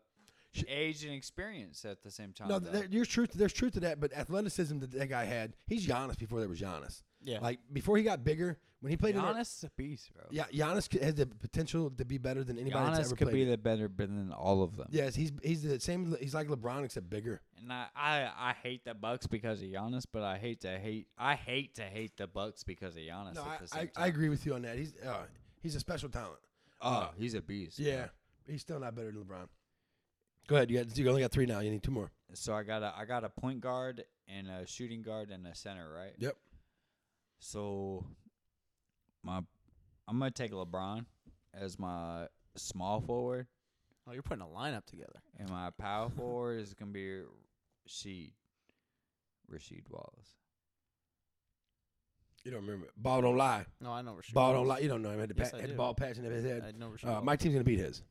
Sh-
age and experience at the same time.
No,
though.
there, there's truth. There's truth to that. But athleticism that that guy had, he's Giannis before there was Giannis.
Yeah.
Like before he got bigger, when he played in
Giannis
the-
is a beast, bro.
yeah, Giannis c- has the potential to be better than anybody that's ever
Giannis could
played.
be the better than all of them.
yes, he's he's the same. He's like LeBron except bigger.
And I, I, I hate the Bucks because of Giannis, but I hate to hate I hate to hate the Bucks because of Giannis.
No,
at
I,
the
I,
same time.
I agree with you on that. He's uh, he's a special talent.
Oh, he's a beast. bro.
Yeah, he's still not better than LeBron. Go ahead. You got you only got three now. You need two more.
So I got a I got a point guard and a shooting guard and a center, right?
Yep.
So my I'm gonna take LeBron as my small forward,
Oh, you're putting a lineup together.
and my power forward is gonna be Sheed. Rasheed Wallace.
You don't remember. Ball don't lie.
No, I know Rasheed.
Ball don't lie.
Wallace.
You don't know him. Had the,
Yes,
pa-
I
had the
do.
ball patching up his
I
head.
know Rasheed.
Uh,
Wallace.
my team's gonna beat his.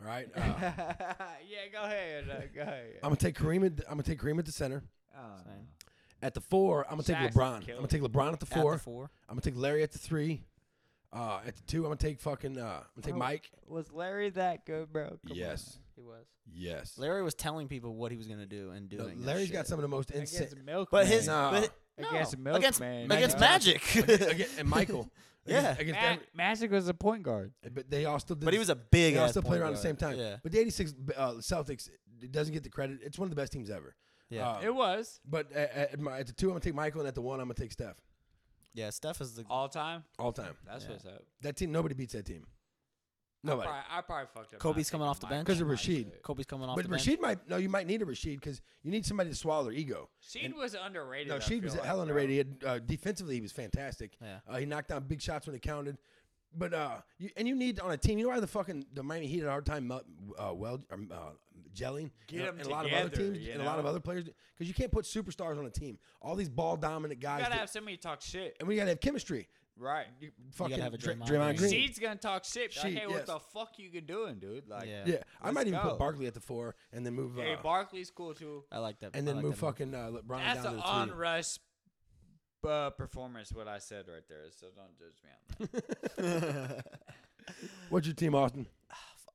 All right. Uh,
yeah, go ahead. Uh, go ahead.
I'm gonna take Kareem. At, I'm gonna take Kareem at the center.
Oh,
Same.
At the four, I'm gonna take
Shaq's
LeBron. I'm
killer.
gonna take LeBron at the four.
At the four.
I'm gonna take Larry at the three. Uh, at the two, I'm gonna take fucking. Uh, I'm gonna take
Oh,
Mike.
Was Larry that good, bro? Come on.
Yes.
He was.
Yes.
Larry was telling people what he was gonna do and
No,
doing. that
Larry's
shit.
got some of the most insane.
Against Milk.
But his,
Nah.
but,
No. Against
no, against,
Milkman.
against
Magic
Magic,
Again- and Michael.
Yeah.
Against, against every-
Magic was a point guard.
but they all still. Did
but he
the
was a big.
they all
ass
still played
point
around at the same
guard.
time.
Yeah,
But the '86 uh, Celtics it doesn't get the credit. It's one of the best teams ever.
Yeah.
Uh,
It was
but at, at, my, at the two, I'm gonna take Michael, and at the one, I'm gonna take Steph.
yeah. Steph is the.
all time.
All time.
That's
Yeah.
what's up.
That team. Nobody beats that team.
I
Nobody.
probably, I probably fucked up. not
Kobe's coming
taking
off the
Michael.
bench.
Because of
Might
Rashid.
have.
Kobe's coming off
But
the bench.
Rashid might. No, you might need a Rashid because you need somebody to swallow their ego.
Sheed was underrated.
No,
I
Sheed
feel
was
like,
hell
bro.
underrated. He had, uh, defensively, he was fantastic.
Yeah.
Uh, he knocked down big shots when it counted. But uh, you, and you need on a team. You know why the fucking the Miami Heat had a hard time mel- uh, well um, uh, gelling.
Get
and,
'em
and a lot of other
together,
teams
you
and a lot of
know?
other players because you can't put superstars on a team. All these ball dominant
You
guys,
gotta
that-
have somebody to talk shit.
and we gotta have chemistry.
Right.
Fucking
have a
Dra-
Draymond
Draymond Green.
Green.
Sheed's gonna talk shit. be Like,
Sheed,
hey, what
yes.
the fuck you doing, dude? Like,
Yeah.
yeah, I
Let's
might even
go.
put Barkley at the four and then move. Uh,
hey, Barkley's cool too.
I like that.
and
I
then
like
move
that move.
fucking uh, LeBron
That's
down
an
to the
on
three.
rush uh, performance. What I said right there. So don't judge me on that.
What's your team, Austin?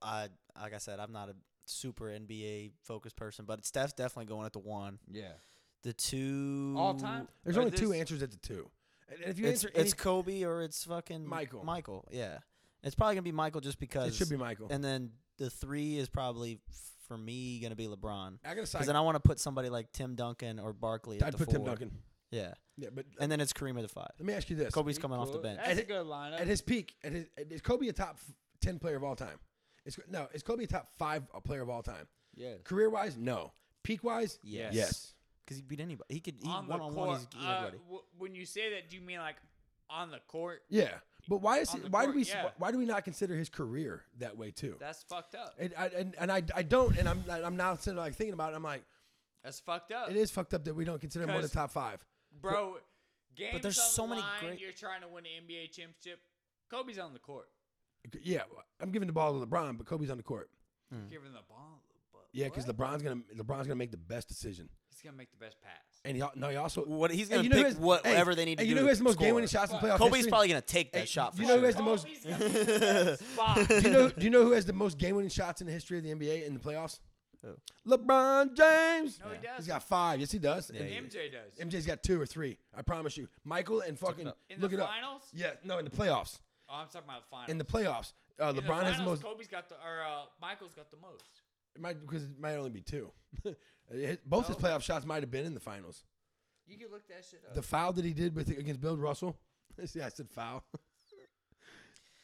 I like I said, I'm not a super NBA focused person, but Steph's definitely going at the one,
yeah.
the two
All time.
There's
Or
only two
this-
answers at the two. And and if you
It's,
answer,
it's Kobe or it's fucking
Michael.
Michael, yeah. It's probably gonna be Michael just
any,
because.
it should be Michael.
And then the three is probably for me gonna be LeBron.
I gotta say,
Because then I want to put somebody like Tim Duncan or Barkley. At
I'd
the
put
four.
Tim Duncan.
Yeah,
Yeah, but
and then it's Kareem at the five.
let me ask you this:
Kobe's coming off the
Cool.
bench.
That's a
At-
good lineup.
at his peak, at his, is Kobe a top f- ten player of all time? Is, no, is Kobe a top five player of all time?
yeah.
Career wise, no. Peak wise,
Yes.
yes.
Because he beat anybody. He could he
on
one
the
on one.
court.
He's he
uh,
everybody.
w- when you say that, do you mean like on the court?
yeah. But why is
On
he-
the
why
court,
do we
yeah.
why do we not consider his career that way too?
That's fucked up.
And I, and, and I, I don't and I'm I'm now sitting like thinking about it. I'm like
That's fucked up,
it is fucked up that we don't consider him one of the top five.
bro. Games
there's
on
so
the
many
line,
great-
You're trying to win an NBA championship. Kobe's on the court,
Yeah, I'm giving the ball to LeBron, but Kobe's on the court.
giving the ball. But
Mm. Yeah, because
what?
LeBron's gonna LeBron's gonna make the best decision,
he's gonna make the best pass.
and he al- no he also
What- he's
Hey,
gonna
you know who
pick
has-
whatever they need
hey,
to
you know
do
who
to
has the most
score.
game winning shots in
Right.
playoff
Kobe's
history?
probably gonna take that
Hey,
shot. For
you know who
sure.
has the most-
Kobe's gonna make the best spot.
do you know do you know who has the most game winning shots in the history of the NBA in the playoffs?
Who?
LeBron James.
No, he
He's
doesn't.
got five. Yes, he does.
Yeah,
And
he-
MJ does.
MJ's got two or three. I promise you. Michael and fucking
up.
in
look
the
it up.
finals?
Yeah, no, in the playoffs.
Oh, I'm talking about finals.
In the playoffs, uh,
In the
LeBron has the most.
finals, Kobe's got the or uh, Michael's got the most.
It might because it might only be two. His- Both his
No.
playoff shots might have been in the finals.
You can look that shit up.
The foul that he did with against Bill Russell. See, I said foul.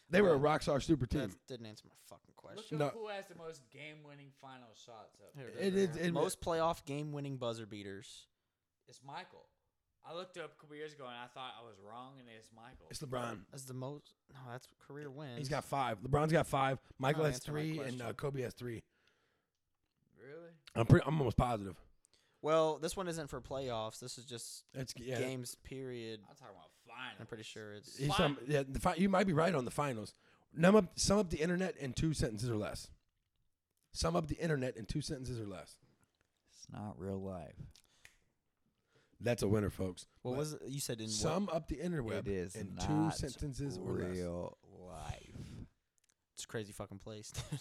they were a rock star super team.
That didn't answer my fucking
Look
question.
up
No.
who has the most game-winning final shots. Up.
Here
It is it,
most playoff game-winning buzzer beaters.
It's Michael. I looked up a couple years ago and I thought I was wrong, and it's Michael.
It's LeBron.
That's the most. No, that's career wins.
He's got five. LeBron's got five. Michael
Not
has
answer my
three, and uh,
question.
Kobe has three.
really?
I'm pretty. I'm almost positive.
Well, this one isn't for playoffs. This is just
That's yeah.
games. Period.
I'm talking about finals.
I'm pretty sure it's.
He's
Fi-
some, yeah the fi- you might be right on the finals. Sum up, sum up the internet in two sentences or less. Sum up the internet in two sentences or less.
It's not real life.
That's a winner, folks.
What
But
was it? you said in
sum
what?
up the interweb
It is
in two
not
sentences or less.
real life.
It's a crazy fucking place. dude.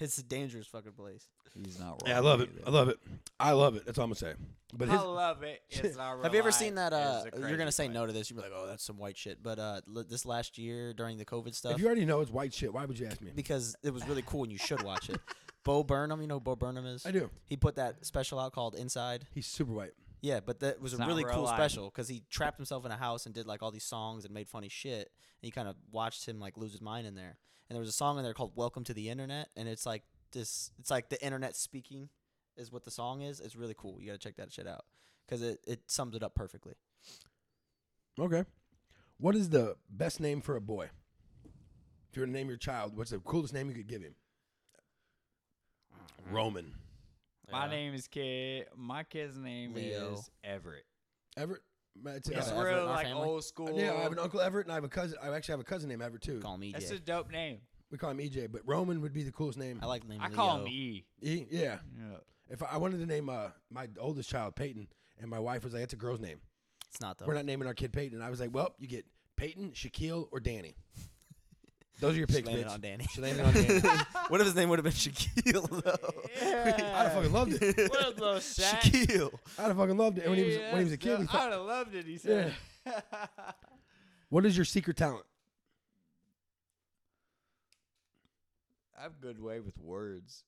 it's a dangerous fucking place.
He's not
Yeah, I love it. I love it. I love it. That's all I'm gonna say. But his,
I love it. It's not real
Have you ever
life.
seen that? Uh,
It's a
you're gonna
crazy
say
place.
no to this. You're like, oh, that's some white shit. But uh, l- this last year during the COVID stuff,
if you already know it's white shit, why would you ask me?
because it was really cool and you should watch it. Bo Burnham, you know who Bo Burnham is.
I do.
He put that special out called Inside.
He's super white.
Yeah, but that was
It's
a
not
really
real
cool
life.
special because he trapped himself in a house and did like all these songs and made funny shit. And you kind of watched him like lose his mind in there. And there was a song in there called "Welcome to the Internet," and it's like this. It's like the internet speaking is what the song is. It's really cool. You gotta check that shit out because it it sums it up perfectly.
Okay. What is the best name for a boy? If you were to name your child, what's the coolest name you could give him? Roman.
My
Yeah.
name is Kid. My kid's name
Leo.
is Everett.
Everett. It's,
Yeah,
It's
uh,
Everett
real
in our
like
family?
old school.
yeah, I have an uncle Everett, and I have a cousin. I actually have a cousin named Everett too.
Call him EJ.
That's a dope name.
We call him EJ, but Roman would be the coolest name.
I like the name.
I
Leo.
call him E.
E, yeah.
Yeah.
If I, I wanted to name uh, my oldest child Peyton, and my wife was like, "That's a girl's name.
It's not though.
We're not naming our kid Peyton." And I was like, "Well, you get Peyton, Shaquille, or Danny. Those are your
She
picks,
landed
bitch."
on Danny.
She landed on Danny.
what if his name would have been Shaquille though?
I'd have fucking loved it.
What up, little Shaq?
Shaquille.
I'd have fucking loved it. And when he was when he was a
that's
kid, we
dope.
thought,
I'd have loved it. He said.
"What is your secret talent?"
I have a good way with words.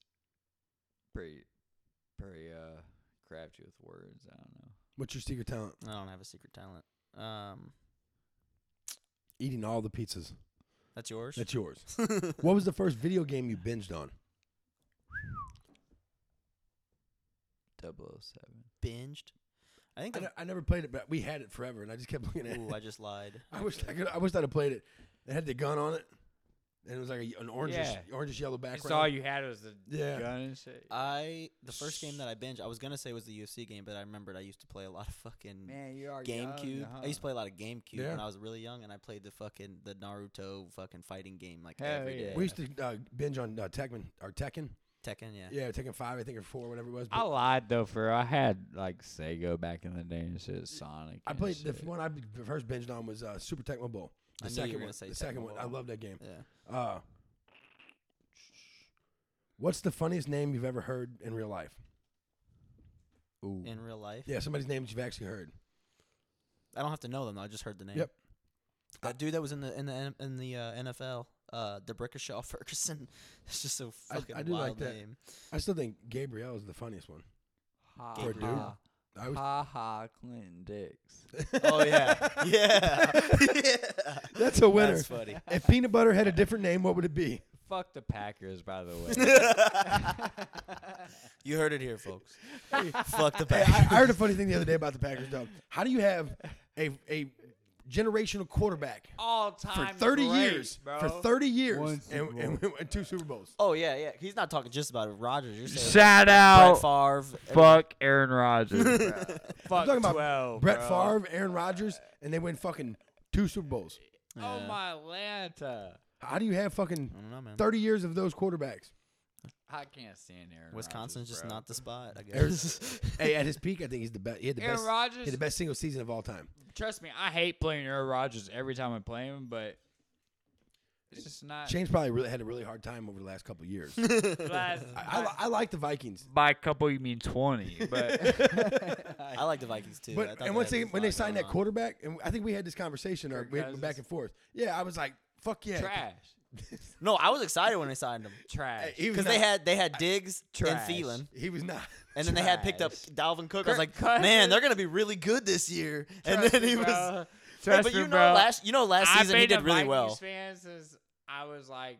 Pretty, pretty uh, crafty with words. I don't know.
What's your secret talent?
I don't have a secret talent. Um,
Eating all the pizzas.
that's yours.
That's yours. what was the first video game you binged on?
007.
Binged. I think.
I,
the-
ne- I never played it, but we had it forever, and I just kept looking at
Ooh, I
it.
just lied.
I wish I could. I wish I'd have played it. It had the gun on it, and it was like a, an orangish,
Yeah.
orangish yellow
It's
background.
all you had was the
Yeah.
gun and shit.
I the first game that I binged, I was gonna say was the UFC game, but I remembered I used to play a lot of fucking
Man, you are young,
GameCube.
huh?
I used to play a lot of GameCube when
Uh-huh. Yeah.
I was really young, and I played the fucking the Naruto fucking fighting game like
Hell
every day.
yeah.
We used to uh, binge on uh, Tekken or Tekken.
Tekken, yeah.
Yeah, Tekken Five, I think, or Four, whatever it was.
I
But
lied though. For I had like Sega back in the day and shit. Sonic.
I
and
played the
shit.
one I b- first binged on was uh, Super Tecmo Bowl. The
I knew
second
you were gonna
one.
say
the second
Tecmo
one. I
Bowl.
love that game.
Yeah.
Uh, what's the funniest name you've ever heard in real life?
Ooh.
In real life,
Yeah, somebody's name that you've actually heard.
I don't have to know them. though. I just heard the name.
Yep.
That dude that was in the in the N- in the uh, NFL, uh, DeBrickashaw Ferguson. It's just a
I-
fucking
I do like
wild
that.
name.
I still think Gabrielle is the funniest one.
Ha,
For a dude?
ha,
I always
ha ha Clinton Dix.
Oh yeah, yeah, yeah.
That's a winner.
That's funny.
if peanut butter had a different name, what would it be?
Fuck the Packers, by the way.
You heard it here, folks.
Hey,
Fuck the
hey,
back.
I, I heard a funny thing the other day about the Packers, dog. How do you have a a generational quarterback
All
for
time
30
great,
years,
bro.
for 30
One
years, and,
Super
and, and two Super Bowls?
Oh yeah, yeah. He's not talking just about Rogers. You're saying
Shout
Brett
out,
Favre.
fuck Aaron Rodgers. bro. fuck
I'm talking about
12,
Brett
Oh, bro.
Favre, Aaron Rodgers, and they win fucking two Super Bowls.
Oh
Yeah.
my Atlanta!
How do you have fucking
I don't know, man.
30 years of those quarterbacks?
I can't stand Aaron.
Wisconsin's just
Rodgers, bro.
not the spot, I guess.
There's- hey, at his peak, I think he's the best. He had the
Aaron
best. He had
Rodgers-
the best single season of all time.
Trust me, I hate playing Aaron Rodgers every time I play him, but it's just not.
Shane's probably really had a really hard time over the last couple of years.
Last,
I, I, I like the Vikings.
by couple, you mean twenty, but
I like the Vikings too. I
But
thought
and once
had
they
this
when they
vibe
signed
going
that
on.
quarterback, and I think we had this conversation or
Kirk
we went
Cousins.
back and forth. Yeah, I was like, "Fuck yeah!"
trash,
no, I was excited when they signed him
trash.
He was
because they
not-
had they had Diggs and
Trash.
Thielen,
he was not.
and then they had picked up
Trash.
Dalvin Cook. I was
Kirk
like,
Cousins.
man, they're gonna be really good this year. And then he was. Hey, but you know last you know last
I've
season
been
he
a
did really
Vikings
well.
Fan since I was like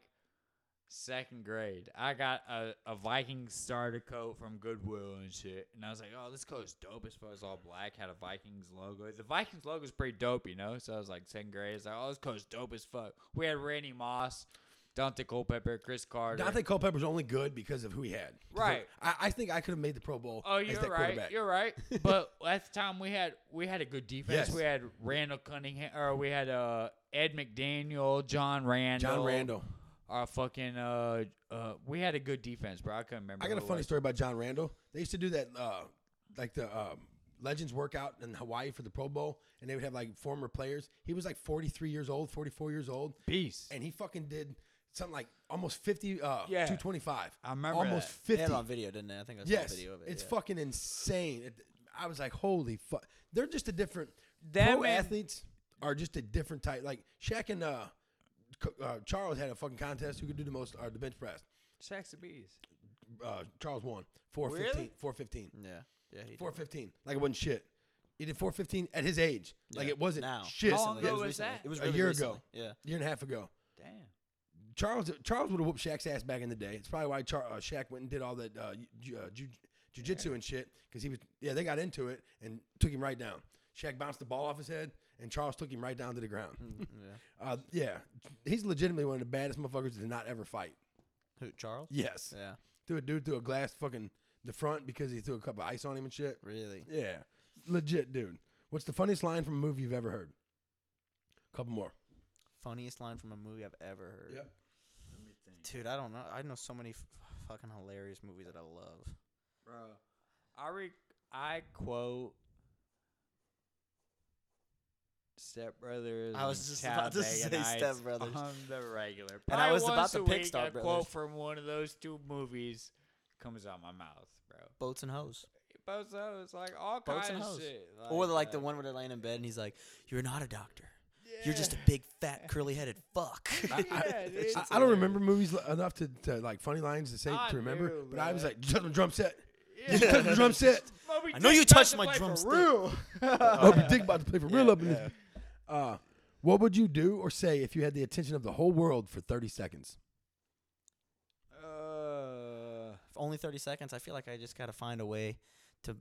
second grade. I got a, a Viking starter coat from Goodwill and shit, and I was like, "Oh, this coat's dope as fuck. It's all black. Had a Vikings logo. The Vikings logo's pretty dope, you know." So I was like second grade. It's like, "Oh, this coat's dope as fuck." We had Randy Moss, Dante Culpepper, Chris Carter.
Dante Culpepper's only good because of who he had.
Right.
I, I think I could have made the Pro Bowl.
Oh,
as
you're
that
right.
quarterback.
You're right. But at the time we had we had a good defense.
Yes.
We had Randall Cunningham, or we had uh, Ed McDaniel, John Randall,
John Randall.
our fucking uh uh we had a good defense, bro. I couldn't remember.
I got a
who it
funny
was.
story about John Randall. They used to do that, uh, like the um, Legends workout in Hawaii for the Pro Bowl, and they would have like former players. He was like 43 years old, 44 years old,
Beast.
and he fucking did something like almost 50, uh,
Yeah.
225.
I remember
almost 50.
that.
They had it on video, didn't they? I think I saw
yes,
a video of it.
it's
yeah.
fucking insane. It, I was like, holy fuck! They're just a different.
That
pro
man-
athletes are just a different type. Like Shaq and uh, Co- uh, Charles had a fucking contest who could do the most uh, the bench press.
Shaq's a beast.
Uh, Charles won 415.
Really?
415.
Yeah, yeah. He did.
415. Like it wasn't shit. He did 415 at his age. Like
Yeah.
it wasn't
Now.
shit.
How long ago
Recently, it
was
recently.
that?
It was
A
really
year
recently.
ago.
Yeah.
year and a half ago.
Damn.
Charles Charles would have whooped Shaq's ass back in the day. It's probably why Char, uh, Shaq went and did all that uh, ju- uh, ju- jujitsu and shit because he was yeah they got into it and took him right down. Shaq bounced the ball off his head and Charles took him right down to the ground.
Mm, yeah.
Uh, yeah, he's legitimately one of the baddest motherfuckers to not ever fight.
Who? Charles?
Yes,
Yeah.
threw a dude through a glass fucking the front because he threw a cup of ice on him and shit.
Really?
Yeah, legit dude. What's the funniest line from a movie you've ever heard? couple more.
Funniest line from a movie I've ever heard. Dude, I don't know. I know so many f- fucking hilarious movies that I love.
Bro, I re- I quote Step Brothers.
I was
and
just about to
Talladega
say
Nights
Step Brothers.
on the regular.
And I
Probably
was about
once
to
a
pick
week,
Star
a
Brothers.
quote from one of those two movies comes out my mouth, bro.
Boats and hoes.
Both those, like all
Boats and
kinds
hoes.
of shit.
or like uh, the
that.
one where they're laying in bed and he's like, "You're not a doctor. You're just a
Yeah.
big fat curly headed fuck."
Yeah, dude.
I, I don't remember movies l- enough to, to like funny lines to say
I
to remember,
do,
but I was
bro.
like, "Touch the drum set,
Yeah.
Touch the drum set."
Moby
I know
Dick
you
about
touched
to
my
play for
drumstick.
real.
Moby Dick about to play for real up in this. Uh, what would you do or say if you had the attention of the whole world for 30 seconds?
Uh,
If only thirty seconds, I feel like I just gotta find a way to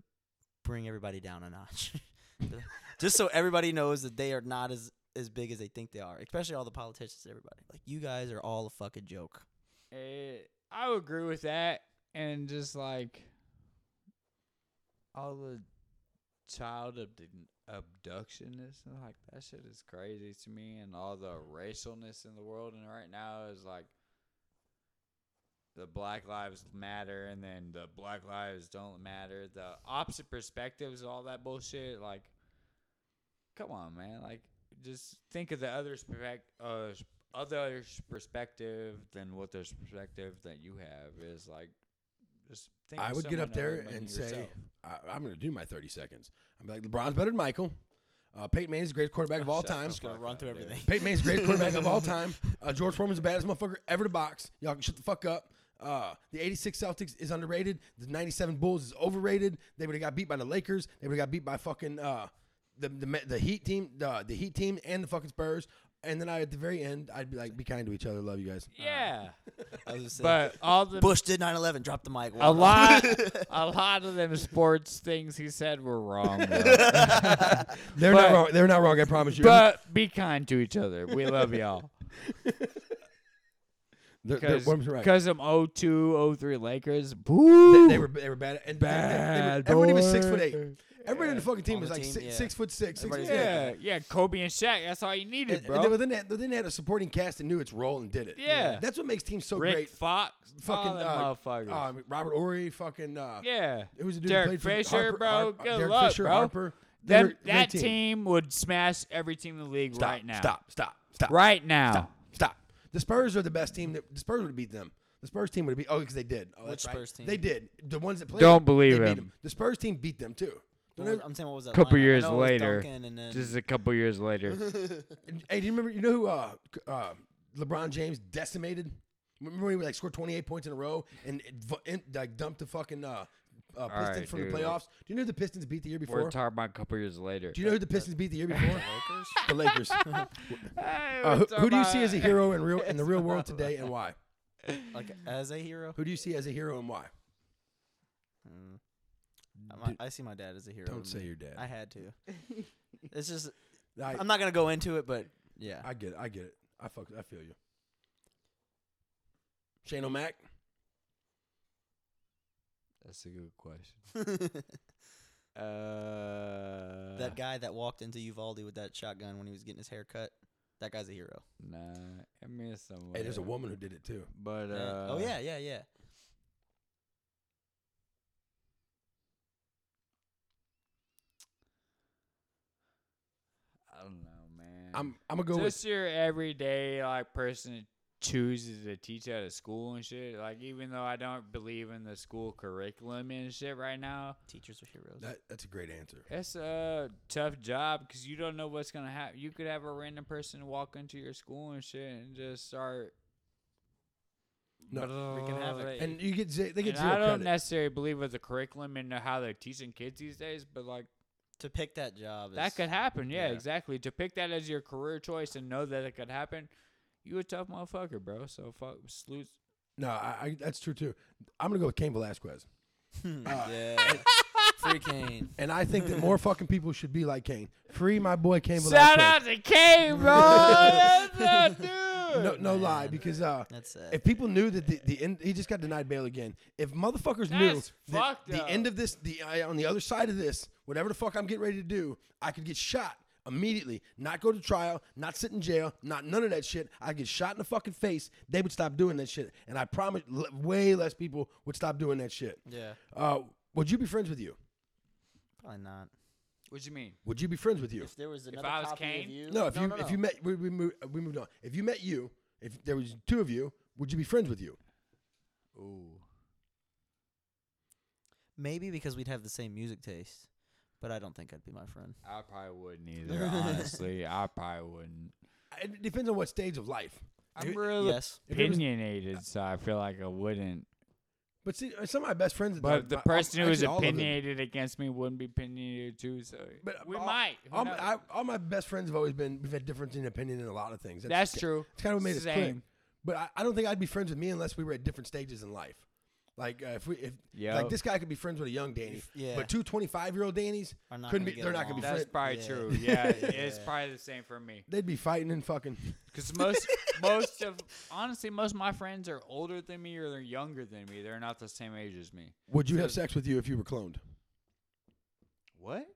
bring everybody down a notch, just so everybody knows that they are not as as big as they think they are. Especially all the politicians, everybody. Like you guys are all a fucking joke.
eh, I would agree with that, and just like all the child abdu- abductionists and like that shit is crazy to me, and all the racialness in the world, and right now is like. The Black Lives Matter and then the Black Lives Don't Matter, the opposite perspectives, all that bullshit. Like, come on, man. Like, just think of the other's perspective, uh, s- other's perspective than what their perspective that you have is. Like, just think.
I
of
would get
someone
up there
other than
and say,
yourself.
I, I'm going to do my 30 seconds. I'm like, LeBron's better than Michael. Uh, Peyton Manning's the greatest quarterback of all
Shut the
time.
fuck
Gonna
Fuck
run
up,
through
dude.
everything.
Peyton Manning's the greatest quarterback of all time. Uh, George Foreman's the baddest motherfucker ever to box. Y'all can shut the fuck up. Uh, the 86 Celtics is underrated. The 97 Bulls is overrated. They would have got beat by the Lakers. They would have got beat by fucking uh, the, the Ma- the Heat team, the, the Heat team, and the fucking Spurs. And then I, at the very end, I'd be like, be kind to each other. Love you guys.
yeah.
I was just saying,
But all the
Bush did 9/11. Drop the mic.
a lot, a lot of them sports things he said were wrong. though.
They're
But-
not wrong. They're not wrong. I promise you.
but be kind to each other. We love y'all.
They're- they're-
Because
Worm's right.
them 02, 03 Lakers.
They,
Boo.
they were they were bad. And
Bad
They, they were, everybody was
boy.
six foot eight. Everybody in the fucking team
On
was
the
like
team,
six,
yeah.
six foot six. six
Everybody's
foot eight.
yeah, yeah, Kobe and Shaq. That's all you needed,
And,
bro.
and then, within that, then they had a supporting cast that knew its role and did it.
Yeah.
that's what makes teams so
Rick
great.
Fox,
Fucking
all them
uh,
motherfuckers.
um, Robert Ory, fucking uh,
yeah,
It was a dude
Derek
who played for
Fisher,
Harper-
bro.
Harper-
Good
Derek
luck,
Fisher,
bro.
Harper. They
Them-
were- great
that
team.
team. would smash every team in the league
Stop,
right now.
Stop. Stop. Stop.
Right now.
Stop. Stop. The Spurs are the best team. That, the Spurs would have beat them. The Spurs team would have beat. Oh, because they did. Oh,
Which
that's right.
Spurs team?
They did. The ones that played.
Don't
them,
believe
they beat
him.
them. The Spurs team beat them too. Don't
What was-
ever-
I'm saying, what was that?
Couple
lineup? I
years
know it was
later,
Duncan and then-
Just a couple years later.
Hey, do you remember? You know who uh, c- uh, LeBron James decimated? Remember when he like scored 28 points in a row and, it v- and, like dumped the fucking uh, uh, Pistons
right,
from
dude.
the playoffs? Do you know who the Pistons beat the year
We're
before?
talking about a couple years later.
do you know who the Pistons beat the year before? the Lakers.
Hey,
Uh,
we're
who,
talking
who do you
about-
see as a hero in real in the real world today, and why?
like as a hero.
Who do you see as a hero and why?
Mm. My, I see my dad as a hero.
Don't
to
say
me.
your dad.
I had to. it's just
I,
I'm not gonna go into it, but yeah,
I get it. I get it. I fuck. I feel you. Shane O'Mac.
That's a good question. Uh,
that guy that walked into Uvalde with that shotgun when he was getting his hair cut, that guy's a hero.
Nah, I miss someone.
Hey, there's a woman who did it too.
But
That-
uh,
oh yeah, yeah, yeah.
I don't know, man.
I'm I'm gonna go with
just your everyday like person that chooses to teach at a school and shit. Like even though I don't believe in the school curriculum and shit right now,
Teachers are heroes.
that. That's a great answer.
it's a tough job because you don't know what's gonna happen. You could have a random person walk into your school and shit and just start.
No,
wreaking havoc.
and you get ze- they
And
get zero
I don't
credit.
necessarily believe with the curriculum and how they're teaching kids these days, but like
to pick that job,
that
is-
could happen. Yeah,
yeah.
exactly. To pick that as your career choice and know that it could happen, you a tough motherfucker, bro. So fuck, salute.
No, I, I, that's true too. I'm gonna go with Cain Velasquez, Uh.
yeah, free Kane.
and I think that more fucking people should be like Cain. Free my boy Cain
Shout
Velasquez.
out to Kane, bro. That's that dude. good.
No, no lie,
man.
because uh,
That's sad.
if people knew that the, the end, he just got denied bail again. If motherfuckers
That's
knew that
fucked
the
up.
end of this, the I, on the other side of this, whatever the fuck I'm getting ready to do, I could get shot immediately, not go to trial, not sit in jail, not none of that shit. I get shot in the fucking face. They would stop doing that shit, and I promise, l- way less people would stop doing that shit.
yeah,
Uh, would you be friends with you?
probably not.
What you mean?
Would you be friends with you?
If there was another
I was
copy
Kane-
of you,
No, if you
no,
if
no.
you met we we moved, we moved on. If you met you, if there was two of you, would you be friends with you?
Ooh.
maybe because we'd have the same music taste, but I don't think I'd be my friend.
I probably wouldn't either, honestly. I probably wouldn't.
It depends on what stage of life.
I'm
Dude,
really
Yes,
If it was-
opinionated, so I feel like I wouldn't.
But see, uh, some of my best friends.
But the
my-
person who is
actually all of them.
opinionated against me wouldn't be opinionated too. So
But
We
all-
might. Who
All,
knows?
my- I, all my best friends have always been. We've had difference in opinion in a lot of things.
that's true.
It's kind of what made us click.
Same.
But I, I don't think I'd be friends with me unless we were at different stages in life. Like uh, if we, if
Yep.
like this guy could be friends with a young Danny,
yeah.
but two 25 year old Dannies
Are not
couldn't
gonna
be.
get
They're not gonna be
along.
friends.
That's probably
Yeah.
true. Yeah,
Yeah.
it's probably the same for me.
They'd be fighting and fucking.
Because most, most of honestly, most of my friends are older than me or they're younger than me. They're not the same age as me.
Would you have sex with you if you were cloned?
What?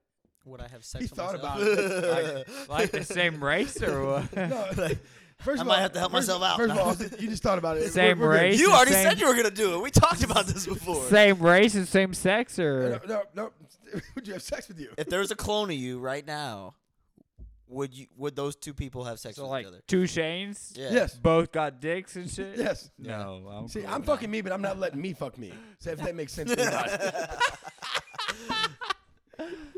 would I have
He
sex? with
thought
myself?
about it.
Like, like the same race or what?
No, first
I
of
might
all-
have to help
first-
myself out.
First of all, you just thought about it.
Same
good.
race.
You
the
already
same-
said you were gonna do it. We talked about this before.
Same race and same sex
No,
or?
no, no. Would you have sex with you?
If there was a clone of you right now, would you? Would those two people have sex
So
with
like
each other?
two Shanes,
Yeah.
Yes.
both got dicks and shit.
Yes.
No, I'm
See,
cool.
I'm fucking me, but I'm not letting me fuck me. So if that makes sense to anybody.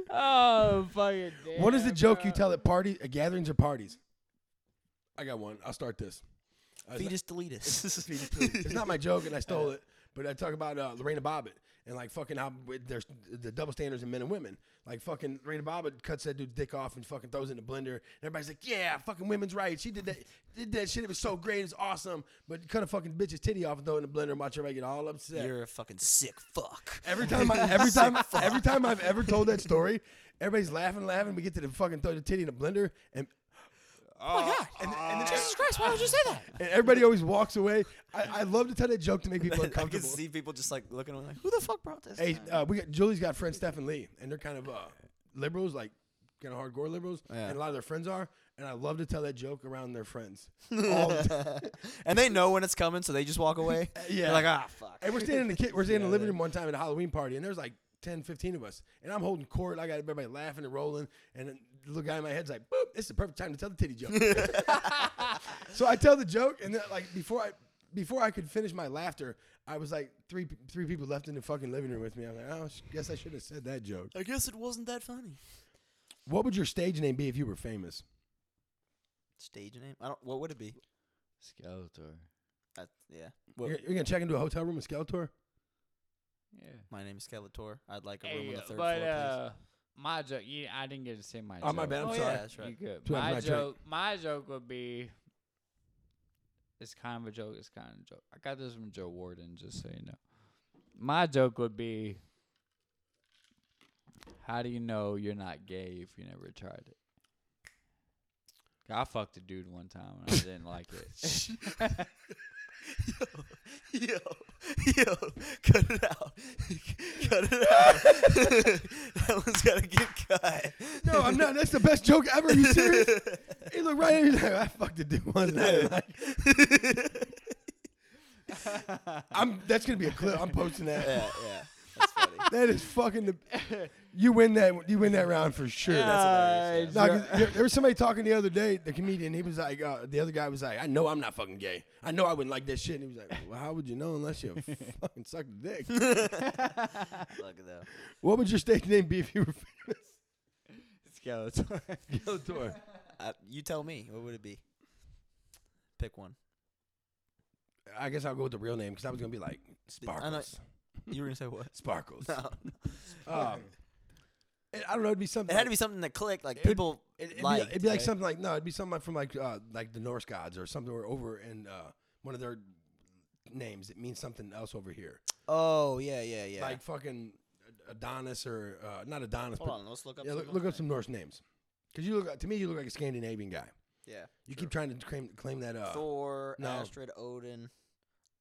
Oh fucking. Damn,
What is the joke you
bro.
tell at party, at gatherings or parties? I got one. I'll start this. Uh, it's,
Fetus deletus.
not, it's not my joke, and I stole it. But I talk about uh, Lorena Bobbitt and like fucking how with there's the double standards in men and women. Like fucking Lorena Bobbitt cuts that dude's dick off and fucking throws it in the blender. And everybody's like, yeah, fucking women's rights. She did that, did that shit. It was so great. It was awesome. But cut a fucking bitch's titty off and throw it in the blender and watch everybody get all upset.
You're a fucking sick fuck.
Every time, I, every time, every time I've ever told that story, everybody's laughing, laughing. We get to the fucking throw the titty in a blender, and
Oh
Ah.
Jesus Christ, why would you say that?
and everybody always walks away. I, I love to tell that joke to make people
I can
uncomfortable.
see people just like looking at me like, who the fuck brought this?
Hey, uh, we got Julie's got friends Steph and Lee, and they're kind of uh, liberals, like kind of hardcore liberals,
Yeah.
and a lot of their friends are. And I love to tell that joke around their friends. All the time.
and they know when it's coming, so they just walk away.
yeah.
They're like, ah, fuck.
And we're standing in the kid, we're standing in the living room one time at a Halloween party, and there's like 10, 15 of us, and I'm holding court. I got everybody laughing and rolling, and then the little guy in my head's like, "Boop! It's the perfect time to tell the titty joke." so I tell the joke, and then like before I before I could finish my laughter, I was like three pe- three people left in the fucking living room with me. I'm like, oh, sh- guess I should have said that joke.
I guess it wasn't that funny.
What would your stage name be if you were famous?
Stage name? I don't. What would it be?
Skeletor.
I, yeah,
You're, you're gonna check into a hotel room in Skeletor?
Yeah.
my name's Skeletor. I'd like a room
Hey,
on the third
but
floor,
uh, my joke. Yeah, I didn't get to say my.
Oh, my
joke.
bad, I'm
Oh,
sorry.
yeah. That's right.
You good.
Too bad
My
my drink.
joke. My joke would be. It's kind of a joke. It's kind of a joke. I got this from Joe Warden, just so you know. My joke would be. How do you know you're not gay if you never tried it? I fucked a dude one time and I didn't like it.
please. Yo, yo, cut it out, cut it out. that one's gotta get cut.
No, I'm not. That's the best joke ever. Are you serious? he looked right at me. he's Like, I fucked a dude one night. Like, I'm. That's gonna be a clip. I'm posting that.
yeah, yeah, that's funny.
That is fucking the. You win that. You win that round for sure.
That's hilarious.
No, 'cause there, there was somebody talking the other day. The comedian. He was like, uh, the other guy was like, I know I'm not fucking gay. I know I wouldn't like that shit. And he was like, Well, how would you know unless you fucking suck dick?
yeah. Look at that.
what would your stage name be if you were famous?
Skeletor.
Skeletor.
Uh, you tell me. What would it be? Pick one.
I guess I'll go with the real name because I was gonna be like
I know-
Sparkles.
You were gonna say what?
Sparkles.
No.
Um, it- I don't know. It'd be something.
It had to be something that clicked. Like
It'd-
people
It, it'd,
liked.
be, it'd be like
right?
something like no, it'd be something like from like uh, like the Norse gods or something. Or over in uh, one of their names, it means something else over here,
Oh yeah, yeah, yeah.
like fucking Adonis or uh, not Adonis.
hold
but,
on, let's look up.
yeah,
some
look, look
more
up some Norse names. Cause you look to me, you look like a Scandinavian guy.
Yeah.
You keep trying to claim, claim that. Uh,
Thor,
no.
Astrid, Odin,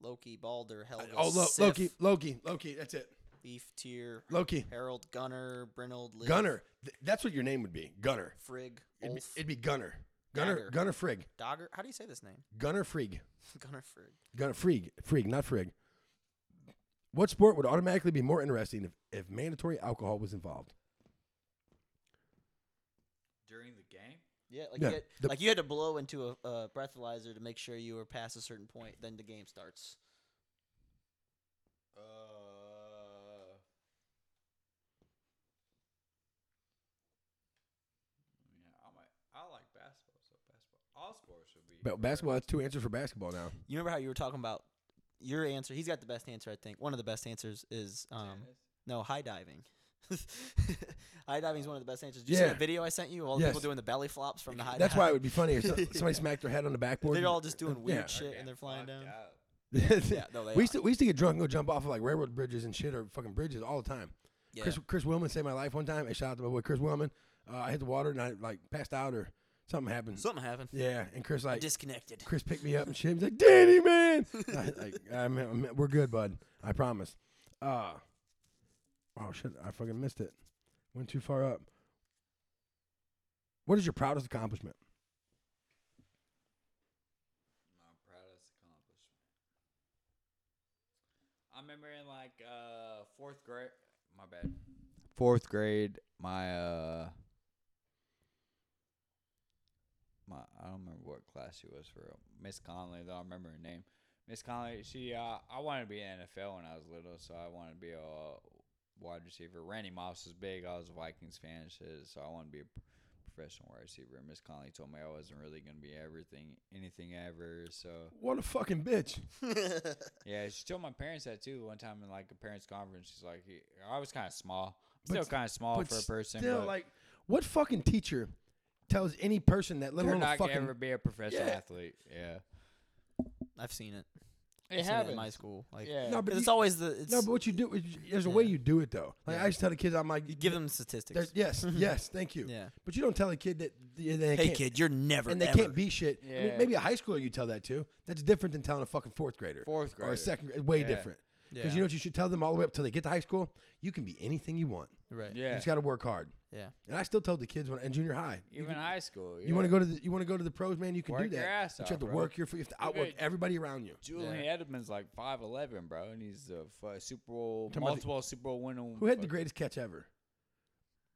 Loki, Balder, Helga,
oh, Lo-
Sif,
Loki, Loki, Loki. That's it.
Leaf, Tyr,
Loki,
Harold, Gunnar, Brinold, Liv,
Gunner. Th- that's what your name would be, Gunner.
Frigg,
It'd be,
Ulf,
it'd be Gunner. Gunner.
Dagger.
Gunner Frigg.
Dogger. How do you say this name?
Gunner Frigg.
Gunnar Frigg.
Gunner Frigg. Frigg, not Frigg. What sport would automatically be more interesting if, if mandatory alcohol was involved?
During the game?
Yeah, like,
Yeah,
You had,
the-
like you had to blow into a, a breathalyzer to make sure you were past a certain point, then the game starts.
Uh, yeah, I might. I like basketball, so basketball. All sports would be.
But basketball. That's two answers for basketball now.
You remember how you were talking about your answer? He's got the best answer, I think. One of the best answers is um,
Tennis.
no high diving. high diving is one of the best answers. Did you see
Yeah.
that video I sent you? of All the people
Yes.
doing the belly flops from the high.
That's why it
dive?
would be funny if so- somebody smacked their head on the backboard.
They're
and-
all just doing weird
Yeah.
shit
Damn,
and they're flying
fucked
down.
up.
yeah,
no, they
we used to we used to get drunk and go jump off of like railroad bridges and shit or fucking bridges all the time.
Yeah.
Chris Chris Willman saved my life one time. Hey, shout out to my boy Chris Willman. Uh, I hit the water and I like passed out or something happened.
Something happened.
yeah, and Chris like
Disconnected.
Chris picked me up and shit. He's like, Danny man, I, I, I'm- I'm- we're good, bud. I promise. Uh, oh shit, I fucking missed it. Went too far up. What is your proudest accomplishment?
My proudest accomplishment. I remember in like uh fourth grade. My bad. Fourth grade, my uh, my I don't remember what class she was for. real. Miss Conley, though I remember her name. Miss Conley. She uh, I wanted to be in NFL when I was little, so I wanted to be a wide receiver. Randy Moss was big. I was a Vikings fan, and shit, so I wanted to be a p- professional wide receiver. And Miss Conley told me I wasn't really gonna be everything, anything ever. So.
What a fucking bitch.
Yeah, she told my parents that too one time in like a parents' conference. She's like, "He- I was kind of small, still
s-
kind of small
but
for a person.
Still,
but
like, what fucking teacher tells any person that let
they're
alone a
not gonna
fucking
ever be a professional
Yeah.
athlete. Yeah,
I've seen it. I've
it
seen it in my
happens.
school. Like,
Yeah.
No,
'cause
but
it's
you-
always the it's,
no, but what you do is there's a way
Yeah.
you do it though. Like
Yeah.
I used to tell the kids, I'm like,
you give them statistics.
there's- yes, yes, thank you.
Yeah.
But you don't tell a kid that they, they
hey
can't,
kid, you're never
and they
ever.
can't be shit. I mean,
Yeah.
maybe a high schooler you tell that to. That's different than telling a fucking fourth grader,
Fourth
or
grader.
a second grade. Way
Yeah.
different. Because
Yeah.
you know what you should tell them all the way up till they get to high school. You can be anything you want.
right.
You
Yeah,
just got to work hard.
Yeah.
And I still told the kids when in junior high,
even high school.
You want to go to the you want to go to the pros, man. You can do
Work
that.
your ass
but you have
off,
to
bro.
work your you have to
You
outwork
gotta-
everybody around you.
Julian Edelman's like five eleven, bro, and he's a fu- Super Bowl
Talking about the-
multiple Super Bowl winning.
Who had the
fuck-
greatest catch ever?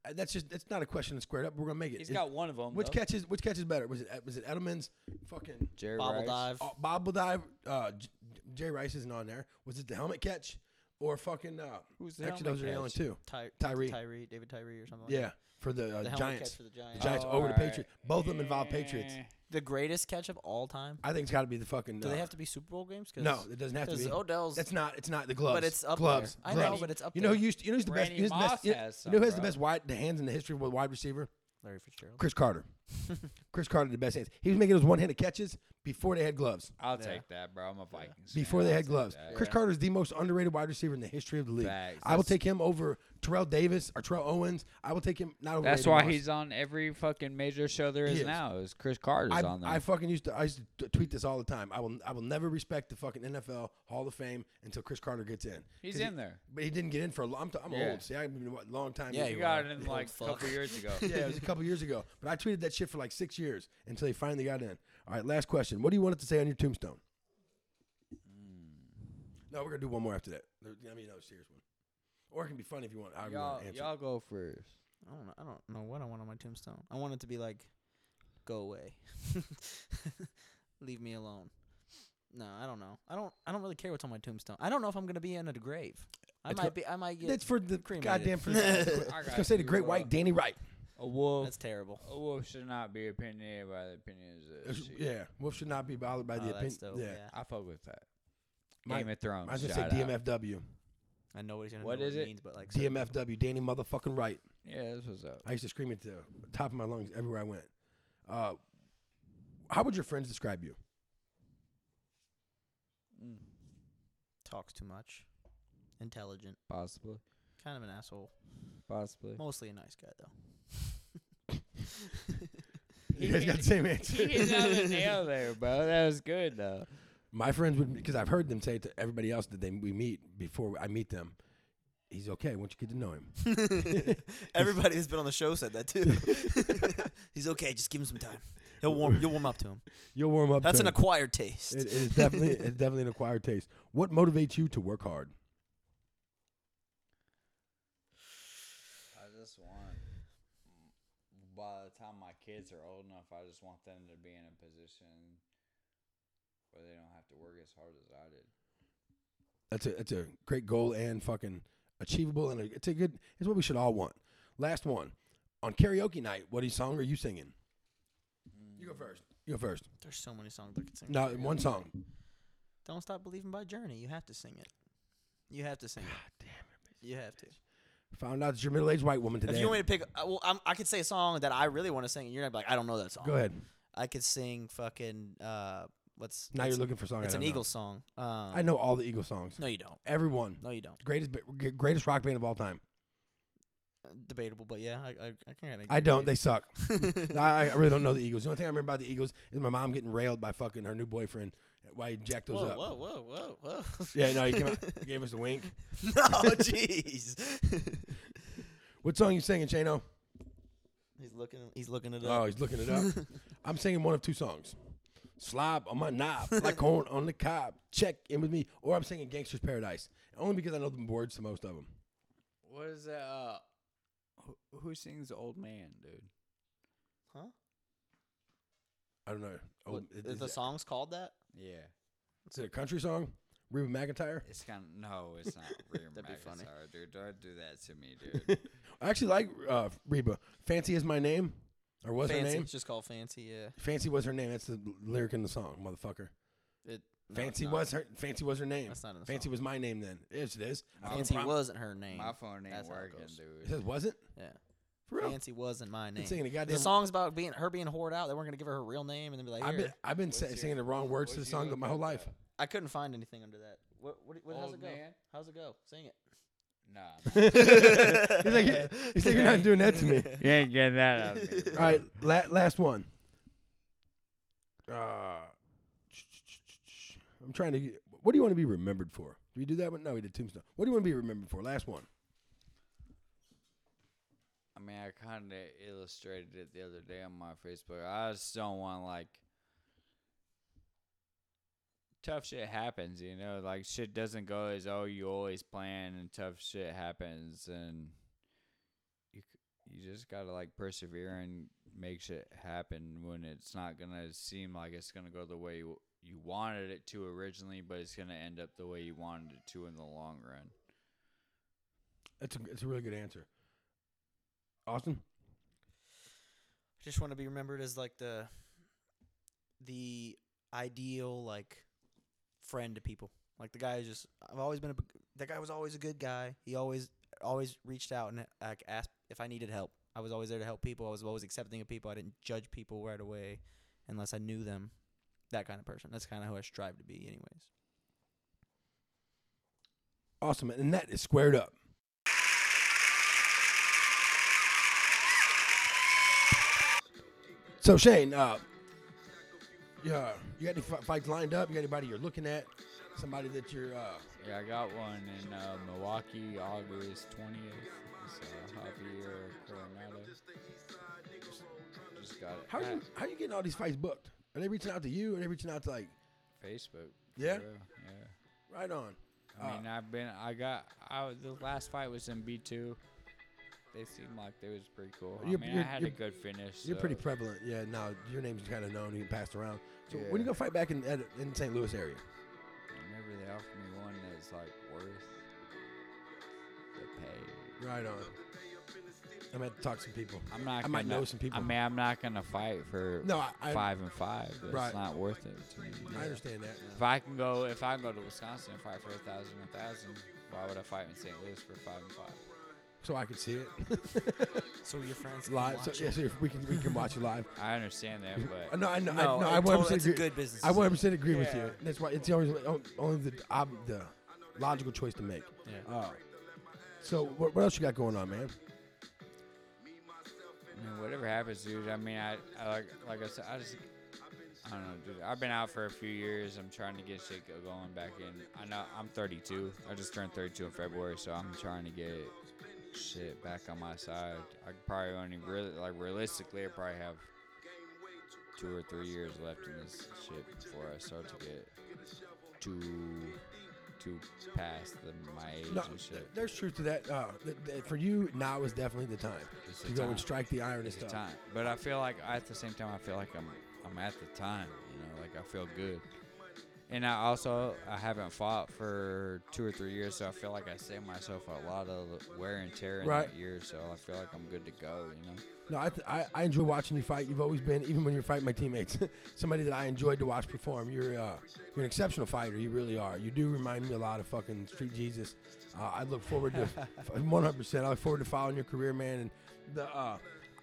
Uh, That's just that's not a question that's squared up. We're gonna make it.
He's
Is-
got one of them.
which catch is which catch is better? Was it was it Edelman's fucking
Jerry
Bobble
Rice.
dive.
uh, bobble dive? Uh, J- Jay Rice isn't on there. Was it the helmet catch or fucking? Uh,
Who's the
actually
helmet
those are the only
catch?
two.
Ty-
Tyree.
Tyree, David Tyree or something like
Yeah, for the, uh,
that. Oh, The helmet
Giants.
catch for the
the
Giants.
Giants
Oh,
over the
alright.
Patriots. Both of them involve Patriots.
Eh.
The greatest catch of all time?
I think it's got to be the fucking.
Do
uh,
they have to be Super Bowl games? 'Cause-
No, it doesn't have to
'cause
be.
Odell's
That's not. It's not the gloves.
it's up
gloves.
there. I know,
gloves.
but it's up
You know
there.
who used? You know who's the best?
Randy
Who's the best?
Moss
You
has
you know who
some,
has the
bro.
best wide the hands in the history of a wide receiver?
Larry Fitzgerald.
Chris Carter. Chris Carter, the best hands. He was making those one-handed catches before they had gloves.
I'll take that, bro. I'm a Vikings. fan.
Before they
I'll
had
take
gloves.
that.
Chris Carter is the most underrated wide receiver in the history of the league.
Facts.
I will
That's-
take him over Terrell Davis or Terrell Owens. I will take him not over.
That's
Randy
why
Moss.
he's on every fucking major show there
He
is,
is.
now. Is Chris Carter's
I,
on there?
I fucking used to I used to tweet this all the time. I will I will never respect the fucking NFL Hall of Fame until Chris Carter gets in.
He's
'Cause he-
in there.
but he didn't get in for a long. I'm, t- I'm
Yeah.
old. See, I've been a long time.
Yeah,
He
you
got
are.
it in
You old
like a couple
fuck.
years ago.
Yeah, it was a couple years ago. But I tweeted that shit for like six years until he finally got in. All right, last question. What do you want it to say on your tombstone? No, we're gonna do one more after that. There- I mean, no, serious one. Or it can be fun if you want. However you
Y'all,
want to answer.
y'all go first.
I don't know. I don't know what I want on my tombstone. I want it to be like, go away, leave me alone. No, I don't know. I don't. I don't really care what's on my tombstone. I don't know if I'm gonna be in a grave. I
It's
might
a-
be. I might get.
That's
That's,
for the
Cremated.
goddamn. For, I was gonna say the great white Danny Wright.
A wolf.
terrible.
a wolf should not be opinionated by the opinions of
It's-
sheep.
Yeah, Wolf should not be bothered by
Oh,
the
that's
opinion.
dope.
Yeah,
yeah.
I fuck with that.
My-
Game of Thrones.
I was gonna say
shout out.
DMFW.
I know what he's gonna.
What
know
is
what
it?
Means, but like, certain-
DMFW. Danny motherfucking Wright.
Yeah, this was up.
I used to scream at the top of my lungs everywhere I went. Uh, how would your friends describe you?
Mm,
talks too much, intelligent,
Possibly.
kind of an asshole,
Possibly.
mostly a nice guy though.
You guys got the same answer.
He's on the nail there, bro. That was good though.
My friends would, because I've heard them say to everybody else that they we meet before I meet them, he's okay once you get to know him.
Everybody who's been on the show said that too. He's okay. Just give him some time. He'll warm. You'll warm up to him.
You'll warm up.
That's
to
an
him.
acquired taste.
It, it is definitely it's definitely an acquired taste. What motivates you to work hard?
I just want, by the time my kids are old enough, I just want them to be in a position where they don't have to work as hard as I did.
That's a that's a great goal and fucking achievable and a, it's a good it's what we should all want. Last one on karaoke night. What song are you singing? You go first. You go first.
There's so many songs I could sing.
No, one song.
Don't stop believing by Journey. You have to sing it. You have to sing it.
damn
You have to.
Found out that you're a middle aged white woman today.
If you want me to pick, uh, well, I'm, I could say a song that I really want to sing, and you're gonna be like, I don't know that song.
go ahead.
I could sing fucking. Uh, what's
Now
what's-
you're looking for a song. I
It's an
don't know.
Eagles song. Um,
I know all the Eagles songs.
No, you don't.
Everyone.
No, you don't.
Greatest ba- greatest rock band of all time.
Uh, Debatable, but yeah, I I, I can't.
I don't. They suck. I, I really don't know the Eagles. The only thing I remember about the Eagles is my mom getting railed by fucking her new boyfriend why he jacked those
whoa,
up.
whoa, whoa, whoa, whoa.
Yeah, no, he, came out, he gave us a wink.
no, jeez.
What song you singing, Chano?
he's looking. He's looking it
Oh,
up.
he's looking it up. I'm singing one of two songs. Slob on my knob, like corn on the cob. Check in with me. Or I'm singing Gangster's Paradise. Only because I know the words to most of them.
What is that? Uh, who, who sings Old Man, dude?
huh?
I don't know. Oh,
What-
is,
the
is
song's called that?
Yeah.
it a country song? Reba McIntyre?
It's kind of, no, it's not Rear
That'd be funny.
McIntyre, dude. Don't do that to me, dude.
I actually like uh, Reba. Fancy is my name. Or was
Fancy.
her name?
It's just called Fancy. Yeah.
Fancy was her name. That's the lyric in the song, motherfucker.
It, no, it's
Fancy
not.
was her. Fancy was her name.
That's not in the
Fancy
song.
was my name then. Yes, it is. I fucking
Fancy
prom-
wasn't her name.
My phone ain't
That's how it
working,
goes.
It
dude.
says was it?
Yeah.
For real?
Fancy wasn't my name.
singing a goddamn-
the song's about being her being whored out. They weren't gonna give her her real name, and then be like,
I've
"Here."
been I've been sa-
What's your-
singing the wrong words to the
what'd you
song
look
my whole
up
life.
at?
I couldn't find anything under that. What? What? what how's
Old
it go?
man?
How's it go? Sing it.
Nah. man.
He's like, he's like, you're not doing that to me.
you ain't getting that out of me.
All right, la- last one. Uh, I'm trying to. get- What do you want to be remembered for? Did we do that one? No, we did Tombstone. What do you want to be remembered for? Last one.
I mean, I kind of illustrated it the other day on my Facebook. I just don't want like tough shit happens, you know, like shit doesn't go as oh you always plan, and tough shit happens, and you c- you just gotta like persevere and make shit happen when it's not gonna seem like it's gonna go the way you, you wanted it to originally, but it's gonna end up the way you wanted it to in the long run.
That's a that's a really good answer. Austin,
Just want to be remembered as like the the ideal like friend to people. Like the guy who's just I've always been a b- that guy was always a good guy. He always always reached out and like asked if I needed help. I was always there to help people. I was always accepting of people. I didn't judge people right away unless I knew them. That kind of person. That's kind of who I strive to be, anyways.
awesome, and that is squared up. So Shane, uh, yeah, you got any fi- fights lined up? You got anybody you're looking at? Somebody that you're uh,
Yeah, I got one in uh, Milwaukee, August 20th. It's uh, Javier Coronado. Just got it
How are you
at
how you getting all these fights booked? Are they reaching out to you? Are they reaching out to like
Facebook. for
Yeah?
real, Yeah.
right on?
I
Uh,
mean, I've been, I got, I, was- the last fight was in B2. They seemed like they was pretty cool. I
You're-
mean, I
you're-
had a
you're-
good finish.
You're pretty
so-
prevalent. Yeah, now your name's kind of known. You get passed around. So when
Yeah.
you go fight back in at- in St. Louis area?
Whenever they offered me one that's like worth the pay.
Right on. I'm gonna talk to some people.
I'm not.
I might
gonna-
know some people.
I mean, I'm not gonna fight for
No, I- I-
five and five. It's
Right.
not worth it to me.
I understand that.
If I can go, if I go to Wisconsin and fight for a thousand, a thousand, why would I fight in St. Louis for five and five?
So I can see it
So your friends
live. So, yeah, so if we can we can watch it live.
I understand that,
Uh,
but
No, I know.
No,
I, no,
it
I
totally-
100%
it's a
agree.
good business
I 100% agree with
Yeah.
you. That's why it's always on- only the ob- the logical choice to make.
Yeah.
Uh, so what, what else you got going on, man?
I mean, whatever happens, dude. I mean, I, I like like I said, I just I don't know, dude. I've been out for a few years. I'm trying to get shit go- going back in. I know I'm 32. I just turned 32 in February, so I'm trying to get shit back on my side. I could probably only really like realistically, I probably have two or three years left in this shit before I start to get too too past the, my age
No,
and shit.
there's truth to that. Uh, th- th- for you, now is definitely the time
It's
to
the
go
time.
and strike the iron and
It's the
stuff.
time. But I feel like at the same time, I feel like I'm I'm at the time. You know, like I feel good. And I also I haven't fought for two or three years, so I feel like I saved myself a lot of wear and tear in
Right.
that year. So I feel like I'm good to go. You know.
No, I, th- I, I enjoy watching you fight. You've always been, even when you're fighting my teammates, somebody that I enjoyed to watch perform. You're uh, you're an exceptional fighter. You really are. You do remind me a lot of fucking Street Jesus. Uh, I look forward to 100. percent I look forward to following your career, man. And the uh,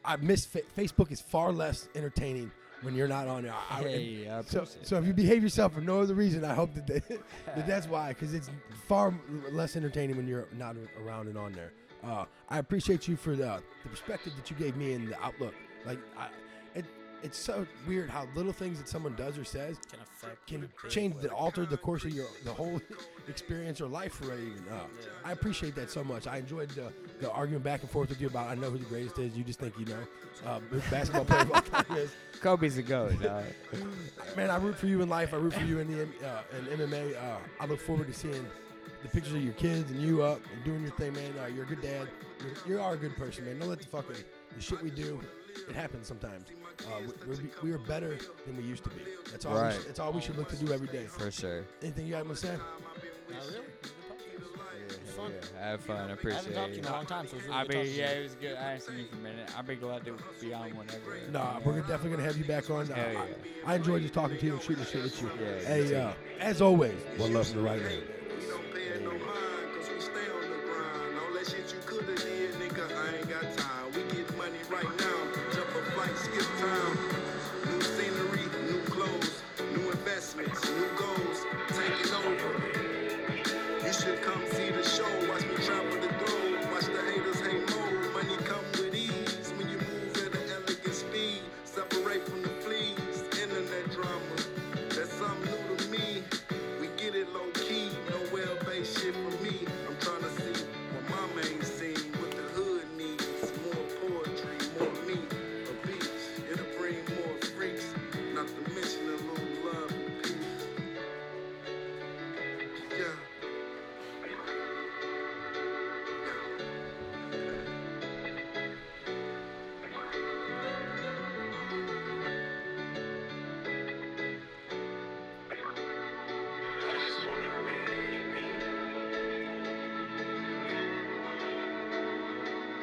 I miss fa- Facebook is far less entertaining when you're not on it. I, I-
Hey, I
so,
appreciate
so if you behave yourself for no other reason, I hope that, that, that that's why, because it's far less entertaining when you're not around and on there. Uh, I appreciate you for the, the perspective that you gave me and the outlook. Like, I, it, it's so weird how little things that someone does or says
Can affect
can change, the, alter the course of your the whole experience or life for you. Even. Uh, I appreciate that so much. I enjoyed the, the argument back and forth with you about I know who the greatest is. You just think you know uh, basketball player of all time is.
Kobe's a goat. dog.
Man, I root for you in life. I root for you in the M- uh, in MMA. Uh, I look forward to seeing the pictures of your kids and you up and doing your thing, man. Uh, you're a good dad. You're, you are a good person, man. Don't let the fucking the shit we do. It happens sometimes. Uh, we- we're, be- we are better than we used to be. That's all.
Right.
We should, that's all we should look to do every day.
for sure.
Anything you have to say?
Not really.
Yeah,
It's fun.
yeah. Have fun. I
I
appreciate
haven't talked to you
it.
in a long time, so it's really
I
good talking
mean,
to
yeah,
you.
it was good. I ain't seen you for a minute. I'd be glad to be on whenever.
No, we're definitely gonna have you back on. Uh,
Hell yeah.
I, I enjoy just talking to you and shooting the shit with you.
Yeah, me
hey,
too.
uh, as always, one love from the right man.
We don't pay it no mind, cause we stay on the grind. All that shit you coulda did, nigga, I ain't got time. We get money right now, jump a flight, skip time. New scenery, new clothes, new investments, new goals, take it over. You should come see